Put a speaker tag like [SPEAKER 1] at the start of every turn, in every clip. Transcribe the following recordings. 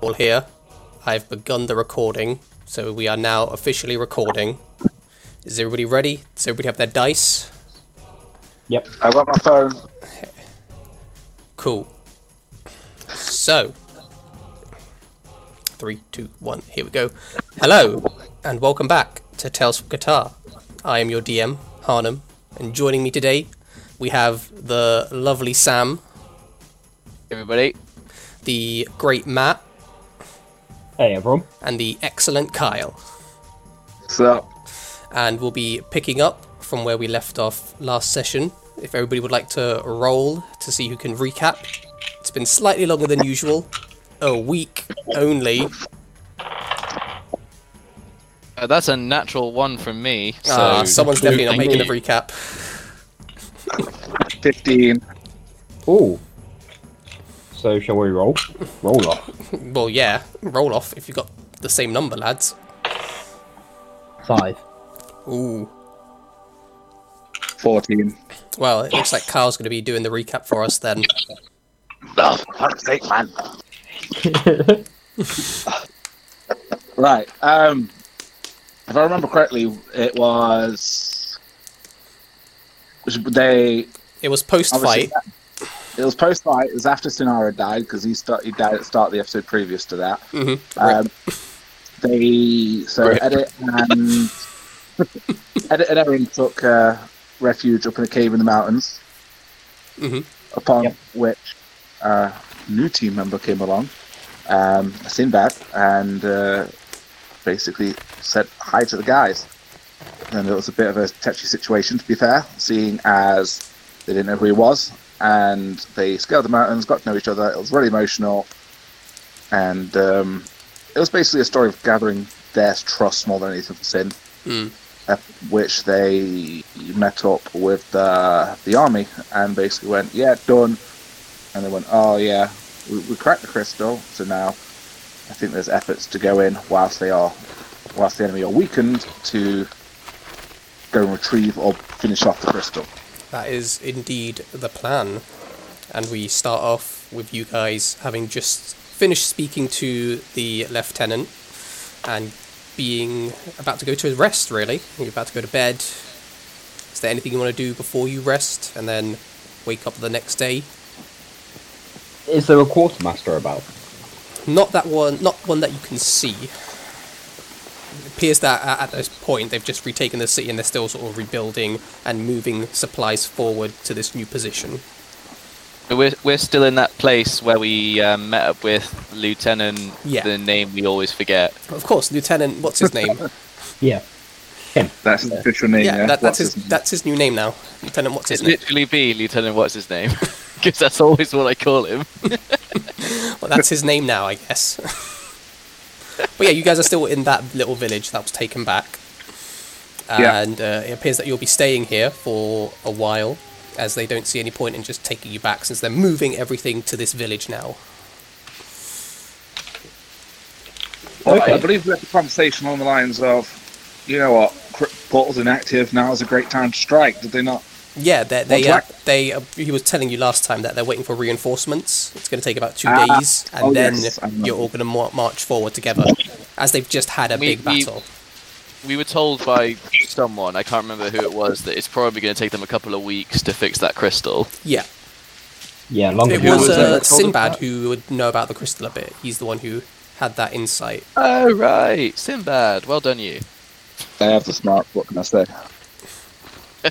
[SPEAKER 1] all here. I've begun the recording, so we are now officially recording. Is everybody ready? Does everybody have their dice?
[SPEAKER 2] Yep.
[SPEAKER 3] I got my phone.
[SPEAKER 1] Cool. So, three, two, one, here we go. Hello, and welcome back to Tales from Qatar. I am your DM, Harnam, and joining me today, we have the lovely Sam,
[SPEAKER 4] everybody.
[SPEAKER 1] the great Matt,
[SPEAKER 2] Hey everyone.
[SPEAKER 1] and the excellent Kyle.
[SPEAKER 3] So,
[SPEAKER 1] and we'll be picking up from where we left off last session. If everybody would like to roll to see who can recap, it's been slightly longer than usual, a week only.
[SPEAKER 4] Uh, that's a natural one from me. So
[SPEAKER 1] Ah, someone's definitely not
[SPEAKER 4] Thank
[SPEAKER 1] making a
[SPEAKER 4] you.
[SPEAKER 1] recap.
[SPEAKER 3] 15.
[SPEAKER 2] Ooh. So shall we roll? Roll off.
[SPEAKER 1] Well, yeah, roll off if you've got the same number, lads.
[SPEAKER 2] Five.
[SPEAKER 1] Ooh.
[SPEAKER 3] 14.
[SPEAKER 1] Well, it looks like Carl's going to be doing the recap for us then.
[SPEAKER 3] Oh, for fuck's sake, man. right. Um, if I remember correctly, it was. was They.
[SPEAKER 1] It was post
[SPEAKER 3] obviously
[SPEAKER 1] fight.
[SPEAKER 3] that- It was post fight. It was after Sinara died because he, start, he died at the start of the episode previous to that.
[SPEAKER 1] hmm
[SPEAKER 3] Um, they so
[SPEAKER 4] Rip.
[SPEAKER 3] edit and edit and Erin took uh, refuge up in a cave in the mountains.
[SPEAKER 1] Mhm.
[SPEAKER 3] Upon
[SPEAKER 2] Yep.
[SPEAKER 3] which a new team member came along, um, Sinbad, and uh, basically said hi to the guys. And it was a bit of a touchy situation, to be fair, seeing as they didn't know who he was, and they scaled the mountains, got to know each other. It was really emotional, and um, it was basically a story of gathering their trust more than anything for Sin,
[SPEAKER 1] Mm.
[SPEAKER 3] uh, which they met up with uh, the army and basically went, "Yeah, done," and they went, "Oh yeah, we, we cracked the crystal." So now, I think there's efforts to go in whilst they are, whilst the enemy are weakened, to go and retrieve or finish off the crystal.
[SPEAKER 1] That is indeed the plan. And we start off with you guys having just finished speaking to the lieutenant and being about to go to rest, really. You're about to go to bed. Is there anything you want to do before you rest and then wake up the next day?
[SPEAKER 2] Is there a quartermaster about?
[SPEAKER 1] Not that one, not one that you can see. It appears that a- at this point they've just retaken the city and they're still sort of rebuilding and moving supplies forward to this new position.
[SPEAKER 4] We're, we're still in that place where we um, met up with Lieutenant,
[SPEAKER 1] Yeah.
[SPEAKER 4] the name we always forget.
[SPEAKER 1] Of course, Lieutenant, what's his name?
[SPEAKER 2] Yeah.
[SPEAKER 3] That's the official name.
[SPEAKER 1] yeah, that, that's
[SPEAKER 3] What's
[SPEAKER 1] his,
[SPEAKER 3] name?
[SPEAKER 1] that's his new name now. Lieutenant, what's his
[SPEAKER 4] It's
[SPEAKER 1] name?
[SPEAKER 4] literally be Lieutenant what's his name? Because that's always what I call him.
[SPEAKER 1] Well, that's his name now, I guess. but yeah, you guys are still in that little village that was taken back,
[SPEAKER 3] Yeah.
[SPEAKER 1] and uh, it appears that you'll be staying here for a while, as they don't see any point in just taking you back since they're moving everything to this village now.
[SPEAKER 2] Okay.
[SPEAKER 3] I believe we had the conversation along the lines of, you know what, cr- portal's inactive, now is a great time to strike. Did they not?
[SPEAKER 1] Yeah, they they uh,
[SPEAKER 3] What's
[SPEAKER 1] they. Uh, he was telling you last time that they're waiting for reinforcements. It's going to take about two
[SPEAKER 3] Ah,
[SPEAKER 1] days, and
[SPEAKER 3] oh
[SPEAKER 1] then
[SPEAKER 3] yes, I remember.
[SPEAKER 1] you're all going to mar- march forward together, as they've just had a
[SPEAKER 4] We-
[SPEAKER 1] big
[SPEAKER 4] we-
[SPEAKER 1] battle.
[SPEAKER 4] We were told by someone, I can't remember who it was, that it's probably going to take them a couple of weeks to fix that crystal.
[SPEAKER 1] Yeah.
[SPEAKER 2] Yeah, long
[SPEAKER 1] It
[SPEAKER 2] ago.
[SPEAKER 1] was
[SPEAKER 4] was it
[SPEAKER 1] uh,
[SPEAKER 4] that told us
[SPEAKER 1] Sinbad
[SPEAKER 4] that?
[SPEAKER 1] who would know about the crystal a bit. He's the one who had that insight.
[SPEAKER 4] Oh, right. Sinbad, well done you.
[SPEAKER 3] They have the smart, what can I say?
[SPEAKER 1] uh,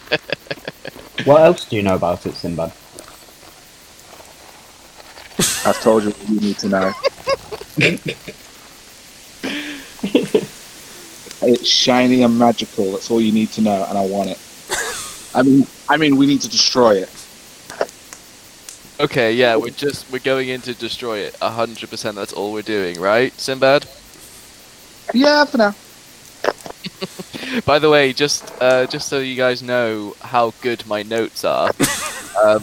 [SPEAKER 2] What else do you know about it, Sinbad?
[SPEAKER 3] I've told you what you need to know. it's shiny and magical. That's all you need to know, and I want it. I mean, I mean, we need to destroy it.
[SPEAKER 4] Okay, yeah, we're just, we're going in to destroy it. 100% that's all we're doing, right, Sinbad?
[SPEAKER 3] Yeah, for now.
[SPEAKER 4] By the way, just uh, just so you guys know how good my notes are, um,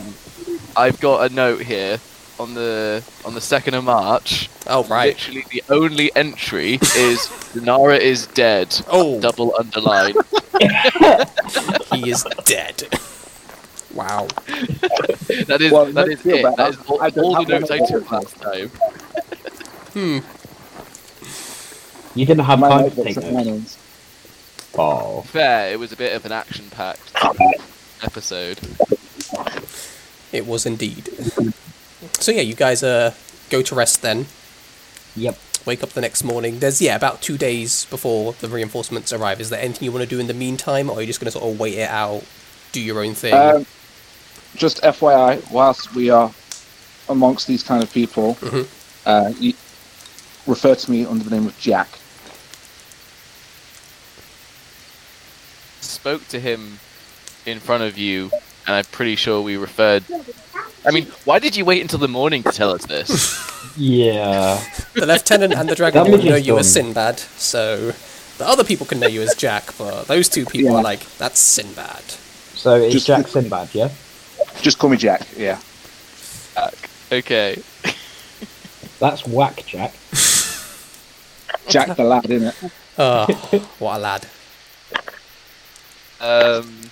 [SPEAKER 4] I've got a note here on the on the second of March.
[SPEAKER 1] Oh right.
[SPEAKER 4] Literally, the only entry is Nara is dead.
[SPEAKER 1] Oh.
[SPEAKER 4] Double underline.
[SPEAKER 1] He is dead. wow.
[SPEAKER 4] That is
[SPEAKER 3] Well,
[SPEAKER 4] that
[SPEAKER 3] don't
[SPEAKER 4] is
[SPEAKER 3] feel
[SPEAKER 4] it.
[SPEAKER 3] bad.
[SPEAKER 4] That is all,
[SPEAKER 3] I don't
[SPEAKER 4] all the
[SPEAKER 3] have one
[SPEAKER 4] notes I
[SPEAKER 3] of
[SPEAKER 4] took
[SPEAKER 3] those.
[SPEAKER 4] last time.
[SPEAKER 2] You didn't have
[SPEAKER 3] My
[SPEAKER 2] time to
[SPEAKER 3] notebook's
[SPEAKER 2] take
[SPEAKER 3] at my
[SPEAKER 2] notes.
[SPEAKER 3] name's.
[SPEAKER 2] Oh.
[SPEAKER 4] Fair, it was a bit of an action-packed episode.
[SPEAKER 1] It was indeed. So yeah, you guys uh, go to rest then.
[SPEAKER 2] Yep.
[SPEAKER 1] Wake up the next morning. There's yeah about two days before the reinforcements arrive. Is there anything you want to do in the meantime, or are you just going to sort of wait it out, do your own thing?
[SPEAKER 3] Um, just FYI, whilst we are amongst these kind of people,
[SPEAKER 1] Mhm.
[SPEAKER 3] uh, you refer to me under the name of Jack.
[SPEAKER 4] Spoke to him in front of you, and I'm pretty sure we referred. I mean, why did you wait until the morning to tell us this?
[SPEAKER 2] Yeah.
[SPEAKER 1] the lieutenant and the
[SPEAKER 2] That was
[SPEAKER 1] dragonborn know
[SPEAKER 2] just
[SPEAKER 1] you as
[SPEAKER 2] dumb.
[SPEAKER 1] Sinbad, so the other people can know you as Jack, but those two people
[SPEAKER 3] Yeah.
[SPEAKER 1] are like that's Sinbad.
[SPEAKER 2] So it's
[SPEAKER 3] Just-
[SPEAKER 2] Jack Sinbad, yeah?
[SPEAKER 3] Just call me Jack. Yeah.
[SPEAKER 4] okay.
[SPEAKER 2] That's whack, Jack.
[SPEAKER 3] Jack the lad, isn't it?
[SPEAKER 1] Oh, what a lad.
[SPEAKER 4] Um,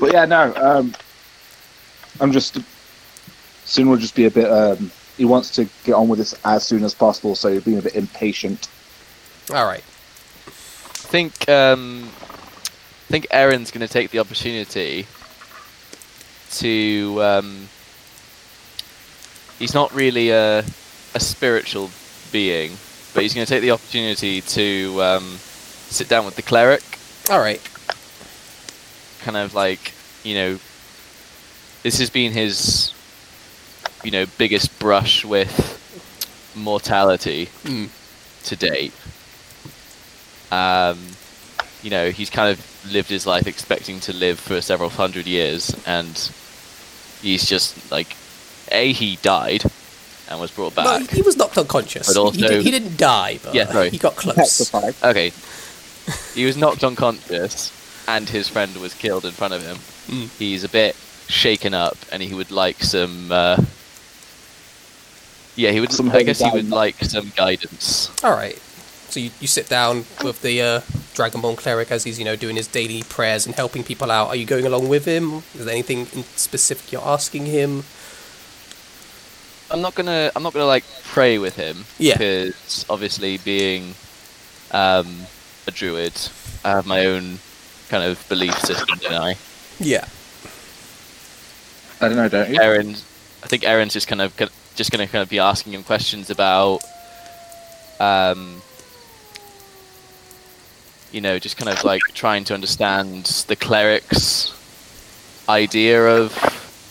[SPEAKER 3] But yeah, no. Um, I'm just soon. We'll just be a bit. Um, he wants to get on with this as soon as possible, so you're being a bit impatient.
[SPEAKER 1] All right.
[SPEAKER 4] I think um, I think Erin's going to take the opportunity to. Um, he's not really a, a spiritual being, but he's going to take the opportunity to um, sit down with the cleric,
[SPEAKER 1] All right.
[SPEAKER 4] kind of like you know. This has been his, you know, biggest brush with mortality
[SPEAKER 1] Mm.
[SPEAKER 4] to date. Um, you know, he's kind of lived his life expecting to live for several hundred years, and he's just like, a he died and was brought
[SPEAKER 1] No,
[SPEAKER 4] back.
[SPEAKER 1] he was knocked unconscious.
[SPEAKER 4] But
[SPEAKER 1] he,
[SPEAKER 4] also-
[SPEAKER 1] did, he didn't die, but
[SPEAKER 4] Yeah, sorry.
[SPEAKER 1] he got close.
[SPEAKER 3] Petrified.
[SPEAKER 4] Okay, he was knocked unconscious, and his friend was killed in front of him.
[SPEAKER 1] Mm.
[SPEAKER 4] He's a bit shaken up, and he would like some. Uh, yeah, he would.
[SPEAKER 3] Some
[SPEAKER 4] I guess he would
[SPEAKER 3] guidance.
[SPEAKER 4] like some guidance.
[SPEAKER 1] All right. So you, you sit down with the uh, Dragonborn cleric as he's you know doing his daily prayers and helping people out. Are you going along with him? Is there anything in specific you're asking him?
[SPEAKER 4] I'm not gonna I'm not gonna like pray with him.
[SPEAKER 1] Yeah.
[SPEAKER 4] Because obviously being um, a druid, I have my own kind of belief system, don't I?
[SPEAKER 1] Yeah.
[SPEAKER 3] I don't know, don't you?
[SPEAKER 4] Aaron, I think Aaron's just kind of go- just gonna kind of be asking him questions about, um, you know, just kind of like trying to understand the cleric's idea of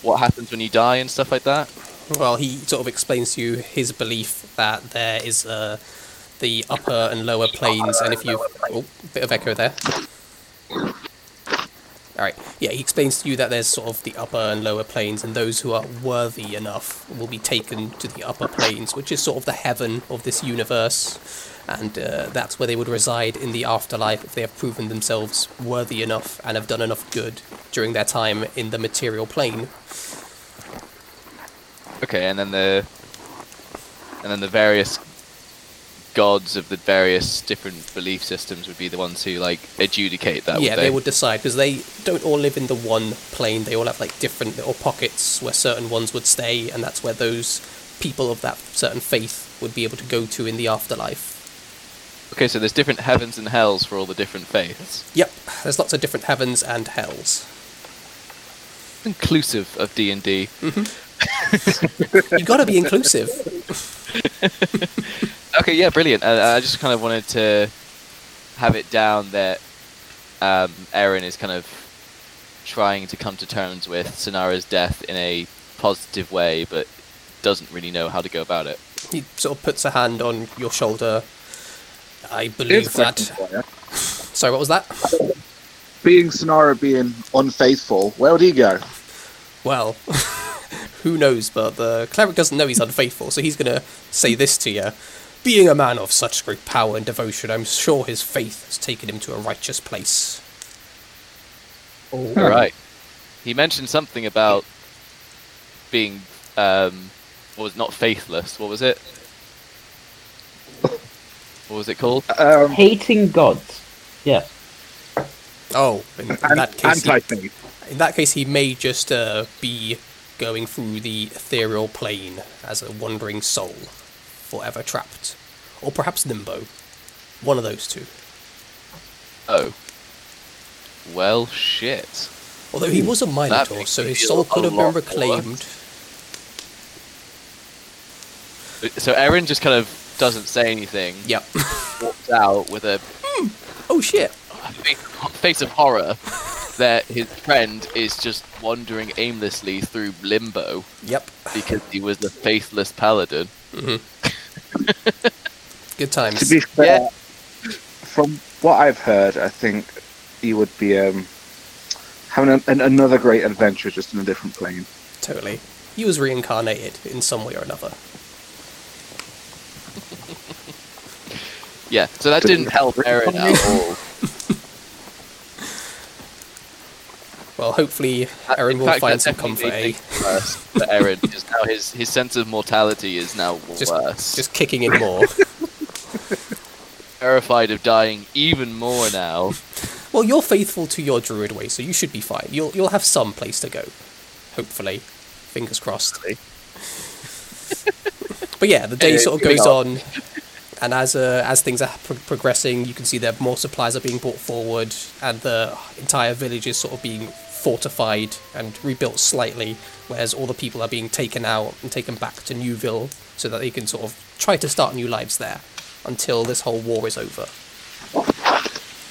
[SPEAKER 4] what happens when you die and stuff like that.
[SPEAKER 1] Well, he sort of explains to you his belief that there is uh, the upper and lower planes, and if you oh, bit of echo there. All right, yeah, he explains to you that there's sort of the upper and lower planes, and those who are worthy enough will be taken to the upper planes, which is sort of the heaven of this universe, and uh, that's where they would reside in the afterlife if they have proven themselves worthy enough and have done enough good during their time in the material plane.
[SPEAKER 4] Okay, and then the and then the various gods of the various different belief systems would be the ones who like adjudicate that.
[SPEAKER 1] yeah,
[SPEAKER 4] would they?
[SPEAKER 1] they? would decide because they don't all live in the one plane. They all have like different little pockets where certain ones would stay, and that's where those people of that certain faith would be able to go to in the afterlife.
[SPEAKER 4] Okay, so there's different heavens and hells for all the different faiths,
[SPEAKER 1] Yep, there's lots of different heavens and hells.
[SPEAKER 4] inclusive of D and D.
[SPEAKER 1] You gotta be inclusive.
[SPEAKER 4] Okay, yeah, brilliant. Uh, I, I just kind of wanted to have it down that um, Aaron is kind of trying to come to terms with Sonara's death in a positive way, but doesn't really know how to go about it.
[SPEAKER 1] He sort of puts a hand on your shoulder. I believe that.
[SPEAKER 3] for you.
[SPEAKER 1] Sorry, what was that?
[SPEAKER 3] Being Sonara being unfaithful, where would he go?
[SPEAKER 1] Well, who knows, but the cleric doesn't know he's unfaithful, so he's going to say this to you. Being a man of such great power and devotion, I'm sure his faith has taken him to a righteous place.
[SPEAKER 2] Oh.
[SPEAKER 4] All right. He mentioned something about being um what was it, not faithless. What was it? What was it called?
[SPEAKER 3] Um,
[SPEAKER 2] Hating gods. Yes.
[SPEAKER 1] Oh, in, in that case, he,
[SPEAKER 3] anti-faith.
[SPEAKER 1] in that case, he may just uh, be going through the ethereal plane as a wandering soul, forever trapped. or perhaps Nimbo. One of those two.
[SPEAKER 4] Oh. Well, shit.
[SPEAKER 1] Although he was a Minotaur,
[SPEAKER 4] makes
[SPEAKER 1] so
[SPEAKER 4] me
[SPEAKER 1] his
[SPEAKER 4] feel
[SPEAKER 1] soul could
[SPEAKER 4] a
[SPEAKER 1] have been
[SPEAKER 4] lot
[SPEAKER 1] reclaimed.
[SPEAKER 4] So Erin just kind of doesn't say anything.
[SPEAKER 1] Yep.
[SPEAKER 4] Walks out with a
[SPEAKER 1] oh shit.
[SPEAKER 4] face- face of horror that his friend is just wandering aimlessly through limbo
[SPEAKER 1] Yep.
[SPEAKER 4] because he was a faithless paladin.
[SPEAKER 1] Good
[SPEAKER 3] To
[SPEAKER 1] times.
[SPEAKER 3] be fair, from what I've heard, I think he would be um, having an, an, another great adventure just in a different plane.
[SPEAKER 1] Totally. He was reincarnated in some way or another.
[SPEAKER 4] Yeah, so that
[SPEAKER 3] Didn't
[SPEAKER 4] didn't help Erin at all.
[SPEAKER 1] Well, hopefully, Aaron
[SPEAKER 4] In
[SPEAKER 1] will
[SPEAKER 4] fact,
[SPEAKER 1] find
[SPEAKER 4] that
[SPEAKER 1] some
[SPEAKER 4] definitely
[SPEAKER 1] comfort. Eh?
[SPEAKER 4] made things worse for Erin, because now his, his sense of mortality is now
[SPEAKER 1] Just,
[SPEAKER 4] worse.
[SPEAKER 1] just kicking in more.
[SPEAKER 4] terrified of dying even more now.
[SPEAKER 1] well, you're faithful to your druid way, so you should be fine. You'll you'll have some place to go, hopefully. Fingers crossed.
[SPEAKER 4] Hopefully.
[SPEAKER 1] but yeah, the day
[SPEAKER 4] Anyway,
[SPEAKER 1] sort of
[SPEAKER 4] moving
[SPEAKER 1] goes
[SPEAKER 4] on.
[SPEAKER 1] on, and as uh, as things are pro- progressing, you can see that more supplies are being brought forward, and the entire village is sort of being fortified and rebuilt slightly, whereas all the people are being taken out and taken back to Newville so that they can sort of try to start new lives there until this whole war is over.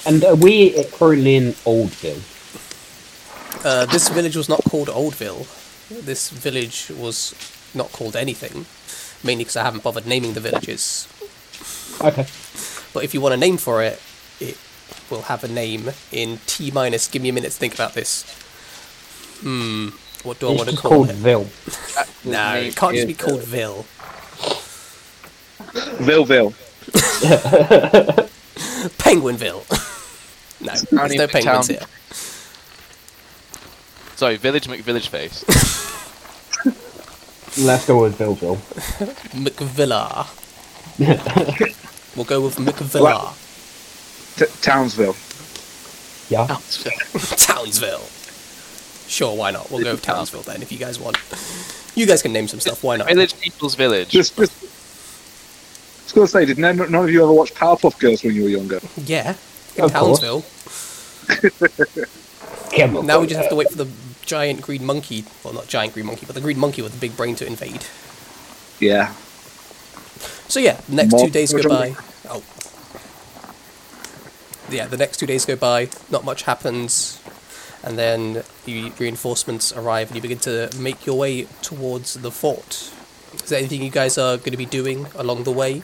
[SPEAKER 2] And are we currently in Oldville?
[SPEAKER 1] Uh, this village was not called Oldville. This village was not called anything, mainly because I haven't bothered naming the villages.
[SPEAKER 2] Okay.
[SPEAKER 1] But if you want a name for it, it will have a name in T minus. Give me a minute to think about this. Hmm. What do I
[SPEAKER 2] It's
[SPEAKER 1] want to
[SPEAKER 2] just
[SPEAKER 1] call
[SPEAKER 2] called
[SPEAKER 1] it?
[SPEAKER 2] Ville.
[SPEAKER 1] No, it can't just be called Ville.
[SPEAKER 3] Vilville.
[SPEAKER 1] Penguinville. no,
[SPEAKER 4] not
[SPEAKER 1] there's no
[SPEAKER 4] even a
[SPEAKER 1] penguins
[SPEAKER 4] town.
[SPEAKER 1] here.
[SPEAKER 4] Sorry, Village McVillage Face.
[SPEAKER 2] Let's go with Villeville.
[SPEAKER 1] McVilla. we'll go with McVilla.
[SPEAKER 3] T- Townsville.
[SPEAKER 2] Yeah.
[SPEAKER 1] Townsville. Sure, why not? We'll go with Townsville then if you guys want. You guys can name some stuff, why not?
[SPEAKER 4] village equals village.
[SPEAKER 3] Just, just, I was going to say, did none, none of you ever watch Powerpuff Girls when you were younger?
[SPEAKER 1] Yeah. In
[SPEAKER 2] Of course.
[SPEAKER 1] Townsville.
[SPEAKER 2] Come on.
[SPEAKER 1] Now we just have to wait for the giant green monkey. Well, not giant green monkey, but the green monkey with the big brain to invade.
[SPEAKER 3] Yeah.
[SPEAKER 1] So yeah, the next
[SPEAKER 3] More
[SPEAKER 1] two days go
[SPEAKER 3] children.
[SPEAKER 1] by. Oh. Yeah, the next two days go by. Not much happens, and then the reinforcements arrive, and you begin to make your way towards the fort. Is there anything you guys are going to be doing along the way?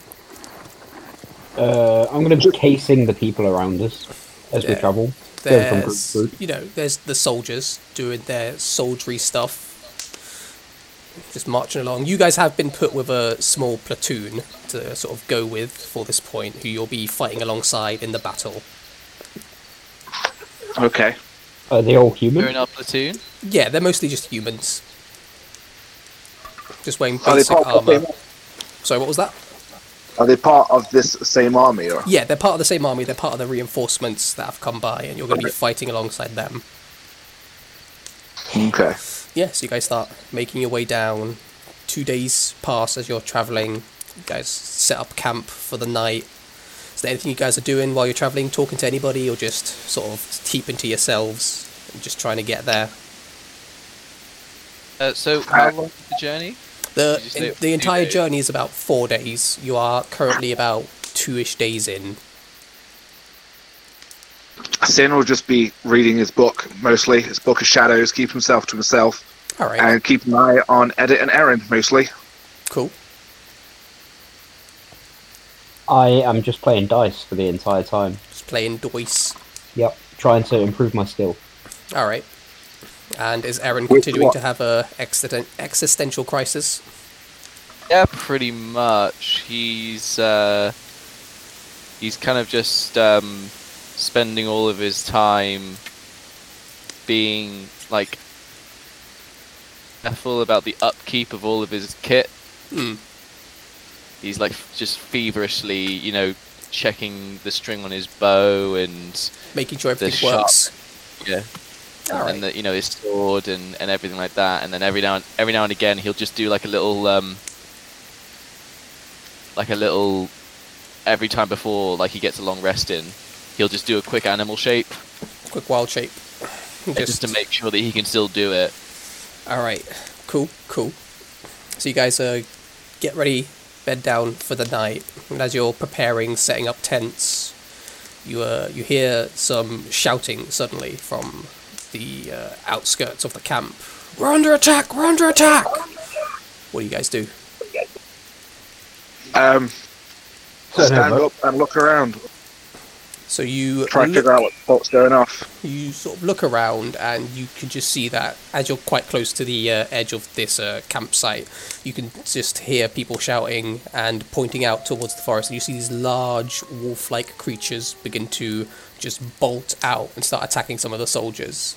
[SPEAKER 2] Uh, I'm going to be casing the people around us as we
[SPEAKER 1] Yeah.
[SPEAKER 2] travel. Going from group
[SPEAKER 1] There's,
[SPEAKER 2] to group.
[SPEAKER 1] you know, there's the soldiers doing their soldiery stuff, just marching along. You guys have been put with a small platoon to sort of go with for this point, who you'll be fighting alongside in the battle.
[SPEAKER 3] Okay.
[SPEAKER 2] Are they Uh, all
[SPEAKER 4] We're
[SPEAKER 2] human?
[SPEAKER 4] in our platoon.
[SPEAKER 1] Yeah, they're mostly just humans, just wearing
[SPEAKER 3] Are they,
[SPEAKER 1] basic
[SPEAKER 3] part of the
[SPEAKER 1] armor.
[SPEAKER 3] same,
[SPEAKER 1] Sorry, what was that?
[SPEAKER 3] are they part of this same army? Or?
[SPEAKER 1] Yeah, they're part of the same army. They're part of the reinforcements that have come by, and you're going to be fighting alongside them.
[SPEAKER 3] Okay.
[SPEAKER 1] yeah, so you guys start making your way down. Two days pass as you're traveling. You guys set up camp for the night. Is there anything you guys are doing while you're traveling? Talking to anybody, or just sort of keeping to yourselves and just trying to get there?
[SPEAKER 4] Uh, so how long is the journey?
[SPEAKER 1] The
[SPEAKER 4] Did you say
[SPEAKER 1] in,
[SPEAKER 4] it
[SPEAKER 1] the
[SPEAKER 4] was two
[SPEAKER 1] entire
[SPEAKER 4] days?
[SPEAKER 1] journey is about four days. You are currently about two ish days in.
[SPEAKER 3] Sin will just be reading his book mostly, his book of shadows, keep himself to himself,
[SPEAKER 1] All right,
[SPEAKER 3] and keep an eye on Edit and Aaron mostly.
[SPEAKER 1] cool.
[SPEAKER 2] I am just playing dice for the entire time.
[SPEAKER 1] Just playing dice.
[SPEAKER 2] Yep. Trying to improve my skill.
[SPEAKER 1] All right. And is Aaron
[SPEAKER 3] With
[SPEAKER 1] continuing
[SPEAKER 3] what?
[SPEAKER 1] to have a existen- existential crisis?
[SPEAKER 4] Yeah, pretty much. He's uh, he's kind of just um, spending all of his time being like careful about the upkeep of all of his kit.
[SPEAKER 1] Hmm.
[SPEAKER 4] He's like just feverishly, you know, checking the string on his bow and
[SPEAKER 1] Making sure everything
[SPEAKER 4] sharp-
[SPEAKER 1] works.
[SPEAKER 4] yeah,
[SPEAKER 1] All right.
[SPEAKER 4] and the, you know his sword and, and everything like that. And then every now and, every now and again he'll just do like a little um, like a little every time before like he gets a long rest in, he'll just do a quick animal shape
[SPEAKER 1] Quick wild shape.
[SPEAKER 4] just, to make sure that he can still do it.
[SPEAKER 1] All right. Cool. Cool. So you guys uh, get ready, bed down for the night, and as you're preparing, setting up tents, you uh, you hear some shouting suddenly from the uh, outskirts of the camp. We're under attack! We're under attack! What do you guys do?
[SPEAKER 3] Um,
[SPEAKER 2] Don't
[SPEAKER 3] stand
[SPEAKER 2] know,
[SPEAKER 3] up and look around.
[SPEAKER 1] So you
[SPEAKER 3] Try to
[SPEAKER 1] look-
[SPEAKER 3] figure out what, what's going off.
[SPEAKER 1] you sort of look around and you can just see that as you're quite close to the uh, edge of this uh, campsite, you can just hear people shouting and pointing out towards the forest. And you see these large wolf like creatures begin to just bolt out and start attacking some of the soldiers.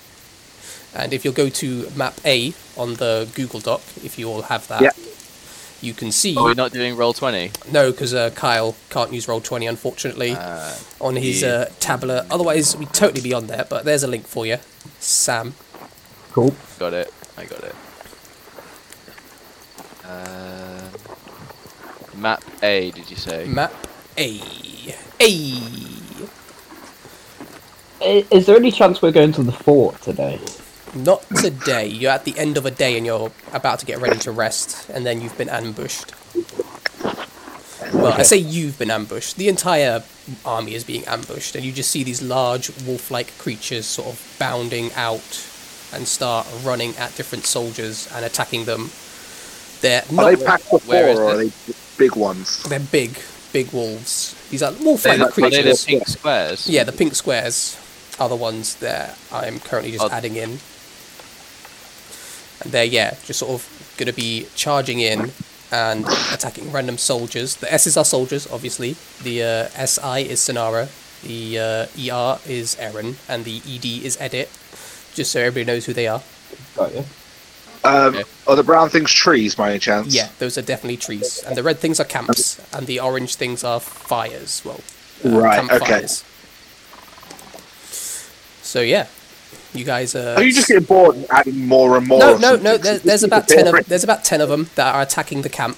[SPEAKER 1] And if you'll go to map A on the Google Doc, if you all have that,
[SPEAKER 3] Yeah.
[SPEAKER 1] you can see.
[SPEAKER 4] Are we Oh, not doing roll twenty?
[SPEAKER 1] No, because uh, Kyle can't use Roll20, unfortunately, on his
[SPEAKER 4] yeah.
[SPEAKER 1] uh, tablet. Otherwise, we'd totally be on there, but there's a link for you, Sam.
[SPEAKER 2] Cool.
[SPEAKER 4] Got it. I got it. Um, map A, did you say?
[SPEAKER 1] Map A. A!
[SPEAKER 2] I- Is there any chance we're going to the fort today?
[SPEAKER 1] Not today. You're at the end of a day and you're about to get ready to rest, and then you've been ambushed. Well, I
[SPEAKER 2] Okay.
[SPEAKER 1] say you've been ambushed. The entire army is being ambushed, and you just see these large wolf like creatures sort of bounding out and start running at different soldiers and attacking them. They're
[SPEAKER 3] Are
[SPEAKER 1] not
[SPEAKER 3] they packed for four
[SPEAKER 4] where is
[SPEAKER 3] or are they big ones?
[SPEAKER 1] They're big, big wolves. These are
[SPEAKER 4] They
[SPEAKER 1] wolf-like
[SPEAKER 4] look- are they the
[SPEAKER 1] creatures.
[SPEAKER 4] pink squares?
[SPEAKER 1] yeah, the pink squares are the ones that I'm currently just
[SPEAKER 4] Oh.
[SPEAKER 1] adding in. And they're yeah, just sort of gonna be charging in and attacking random soldiers. The S's are soldiers, obviously. The uh, SI is Sonara. The uh, ER is Eren, and the ED is Edit. Just so everybody knows who they are.
[SPEAKER 2] Got you.
[SPEAKER 3] Um,
[SPEAKER 4] Okay.
[SPEAKER 3] Are the brown things trees by any chance?
[SPEAKER 1] Yeah, those are definitely trees, and the red things are camps, and the orange things are fires. Well, uh,
[SPEAKER 3] Right, okay.
[SPEAKER 1] campfires. So yeah, you guys are.
[SPEAKER 3] Are you just getting bored and adding more and more?
[SPEAKER 1] no,
[SPEAKER 3] or
[SPEAKER 1] no,
[SPEAKER 3] something?
[SPEAKER 1] no. There,
[SPEAKER 3] This
[SPEAKER 1] there's
[SPEAKER 3] is
[SPEAKER 1] about ten of
[SPEAKER 3] boring.
[SPEAKER 1] there's about ten of them that are attacking the camp.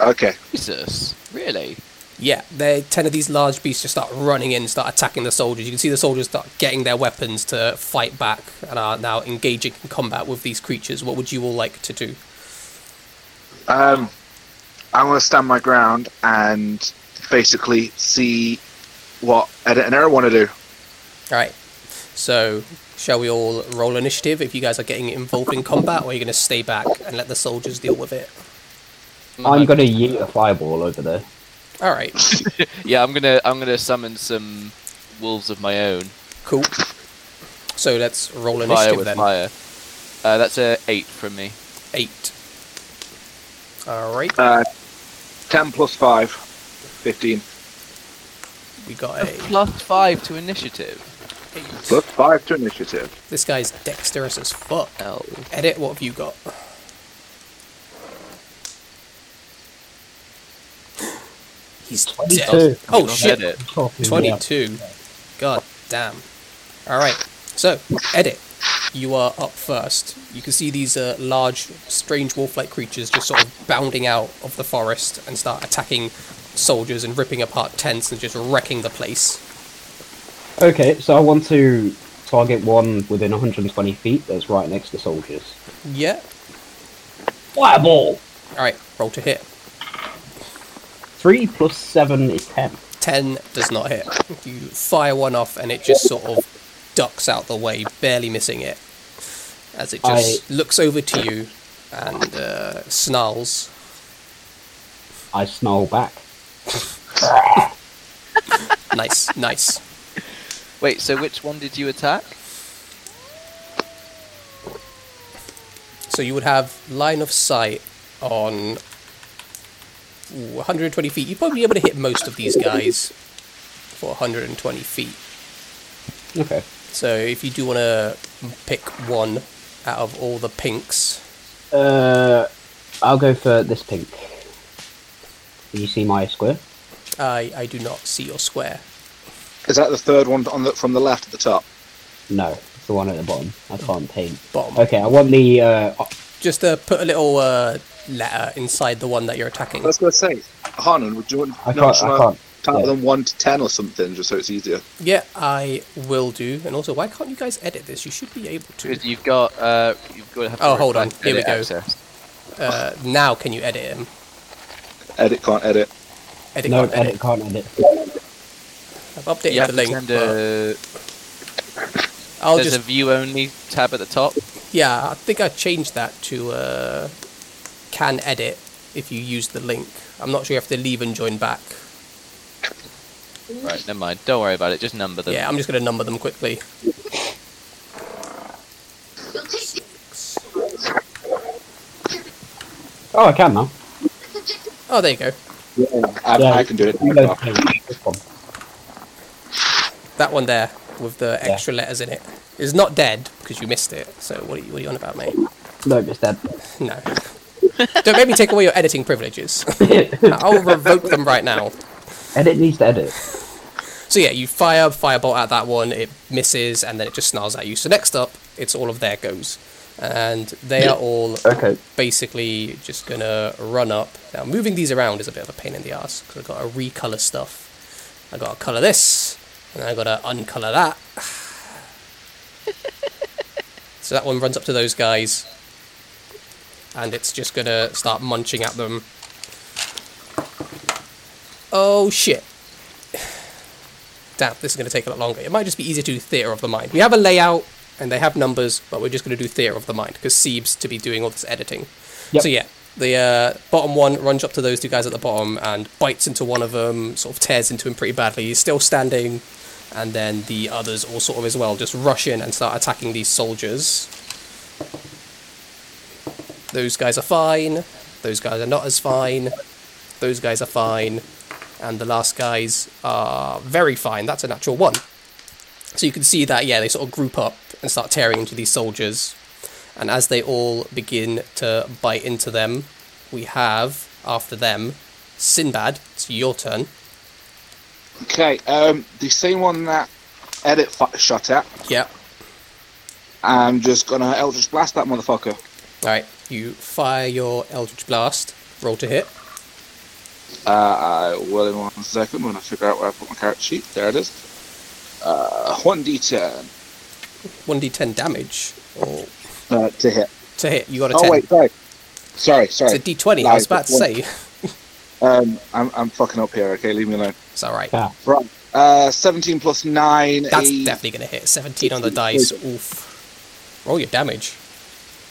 [SPEAKER 3] Okay.
[SPEAKER 4] Jesus, really?
[SPEAKER 1] Yeah, they ten of these large beasts just start running in, start attacking the soldiers. You can see the soldiers start getting their weapons to fight back and are now engaging in combat with these creatures. What would you all like to do?
[SPEAKER 3] Um, I'm going to stand my ground and basically see what Edit and Error want to do.
[SPEAKER 1] All right. So, shall we all roll initiative if you guys are getting involved in combat, or are you going to stay back and let the soldiers deal with it?
[SPEAKER 2] I'm gonna yeet a fireball over there.
[SPEAKER 1] All right.
[SPEAKER 4] Yeah, I'm gonna I'm gonna summon some wolves of my own.
[SPEAKER 1] Cool. So let's roll
[SPEAKER 4] Fire
[SPEAKER 1] initiative
[SPEAKER 4] with
[SPEAKER 1] then.
[SPEAKER 4] fire. Uh, that's a eight from me.
[SPEAKER 1] Eight. All right.
[SPEAKER 3] Uh, 10 plus 5, 15.
[SPEAKER 1] We got a
[SPEAKER 4] Plus five to initiative.
[SPEAKER 1] eight.
[SPEAKER 3] Plus 5 to initiative.
[SPEAKER 1] This guy's dexterous as fuck.
[SPEAKER 4] Oh.
[SPEAKER 1] Edit. What have you got? He's dead.
[SPEAKER 2] 22.
[SPEAKER 1] Oh shit.
[SPEAKER 4] Edit.
[SPEAKER 2] Twenty.
[SPEAKER 1] 22. God damn. All right. So, edit. You are up first. You can see these uh, large, strange wolf-like creatures just sort of bounding out of the forest and start attacking soldiers and ripping apart tents and just wrecking the place.
[SPEAKER 2] Okay, so I want to target one within 120 feet that's right next to soldiers.
[SPEAKER 1] Yeah.
[SPEAKER 2] Fireball!
[SPEAKER 1] All right. Roll to hit.
[SPEAKER 2] 3 plus 7 is 10.
[SPEAKER 1] 10 does not hit. You fire one off and it just sort of ducks out the way, barely missing it. As it just looks over to you and uh, snarls.
[SPEAKER 2] I snarl back.
[SPEAKER 1] Nice, nice.
[SPEAKER 4] Wait, so which one did you attack?
[SPEAKER 1] So you would have line of sight on ooh, 120 feet. You'd probably be able to hit most of these guys for 120 feet.
[SPEAKER 2] Okay.
[SPEAKER 1] So if you do want to pick one out of all the pinks,
[SPEAKER 2] Uh, I'll go for this pink. Do you see my square?
[SPEAKER 1] I, I do not see your square.
[SPEAKER 3] Is that the third one on the, from the left at the top?
[SPEAKER 2] No, it's the one at the bottom. I can't paint.
[SPEAKER 1] Bottom.
[SPEAKER 2] Okay, I want the. Uh,
[SPEAKER 1] Just uh, put a little uh, letter inside the one that you're attacking.
[SPEAKER 3] I was going to say, Harnan, would you want
[SPEAKER 2] I
[SPEAKER 3] no,
[SPEAKER 2] can't.
[SPEAKER 3] shall
[SPEAKER 2] I can't.
[SPEAKER 3] count
[SPEAKER 2] yeah.
[SPEAKER 3] them one to ten or something, just so it's easier?
[SPEAKER 1] Yeah, I will do. And also, why can't you guys edit this? You should be able to.
[SPEAKER 4] Because you've got uh, you've got to have.
[SPEAKER 1] Oh,
[SPEAKER 4] to
[SPEAKER 1] hold on.
[SPEAKER 4] request
[SPEAKER 1] Here we
[SPEAKER 4] edit
[SPEAKER 1] go.
[SPEAKER 4] access.
[SPEAKER 1] Uh, now, can you edit him?
[SPEAKER 3] Edit can't edit.
[SPEAKER 1] Edit
[SPEAKER 2] No,
[SPEAKER 1] can't edit.
[SPEAKER 2] edit can't edit.
[SPEAKER 1] I've updated
[SPEAKER 4] You have
[SPEAKER 1] the
[SPEAKER 4] to
[SPEAKER 1] link.
[SPEAKER 4] send
[SPEAKER 1] but
[SPEAKER 4] a-
[SPEAKER 1] I'll
[SPEAKER 4] there's
[SPEAKER 1] just
[SPEAKER 4] a view only tab at the top.
[SPEAKER 1] yeah. I think I changed that to uh, can edit if you use the link. I'm not sure you have to leave and join back.
[SPEAKER 4] Right, never mind. Don't worry about it. Just number them.
[SPEAKER 1] Yeah, I'm just gonna number them quickly.
[SPEAKER 2] Oh, I can now.
[SPEAKER 1] Oh, there you go.
[SPEAKER 3] I,
[SPEAKER 2] Yeah.
[SPEAKER 3] I can do it.
[SPEAKER 2] No, no, this one.
[SPEAKER 1] That one there with the
[SPEAKER 2] Yeah.
[SPEAKER 1] extra letters in it is not dead because you missed it. So what are you, what are you on about, mate?
[SPEAKER 2] No, it's dead.
[SPEAKER 1] No. Don't make me take away your editing privileges. I'll revoke them right now.
[SPEAKER 2] Edit needs to edit.
[SPEAKER 1] So yeah, you fire firebolt at that one, it misses, and then it just snarls at you. So next up, it's all of their goes, and they are all
[SPEAKER 2] Okay.
[SPEAKER 1] basically just gonna run up. Now moving these around is a bit of a pain in the ass because I gotta recolor stuff. I gotta color this, and I gotta uncolor that. so that one runs up to those guys, and it's just gonna start munching at them. Oh shit! Damn, this is gonna take a lot longer. It might just be easier to do theater of the mind. We have a layout. And they have numbers, but we're just going to do theater of the mind because Siebes to be doing all this editing.
[SPEAKER 2] Yep.
[SPEAKER 1] So yeah, the uh, bottom one runs up to those two guys at the bottom and bites into one of them, sort of tears into him pretty badly. He's still standing, and then the others all sort of as well just rush in and start attacking these soldiers. Those guys are fine. Those guys are not as fine. Those guys are fine, and the last guys are very fine. That's a natural one. So you can see that yeah, they sort of group up and start tearing into these soldiers. And as they all begin to bite into them, we have, after them, Sinbad, it's your turn.
[SPEAKER 3] Okay, um, the same one that edit fa- shot at.
[SPEAKER 1] Yeah.
[SPEAKER 3] I'm just gonna Eldritch Blast that motherfucker.
[SPEAKER 1] Alright, you fire your Eldritch Blast, roll to hit.
[SPEAKER 3] Uh, I will in one second when I figure out where I put my character sheet. There it is. Uh, 1d10
[SPEAKER 1] 1d10 damage or
[SPEAKER 3] uh, to hit.
[SPEAKER 1] to hit. You got a 10.
[SPEAKER 3] Oh, wait, sorry. Sorry, sorry.
[SPEAKER 1] it's a d20, I
[SPEAKER 3] No,
[SPEAKER 1] was about to
[SPEAKER 3] it's
[SPEAKER 1] say.
[SPEAKER 3] Um, I'm, I'm fucking up here, okay? Leave me alone.
[SPEAKER 1] It's alright.
[SPEAKER 2] Yeah.
[SPEAKER 3] Right. Uh, 17 plus 9.
[SPEAKER 1] That's
[SPEAKER 3] eight,
[SPEAKER 1] definitely going to hit. 17 on the dice. Oof. Roll your damage.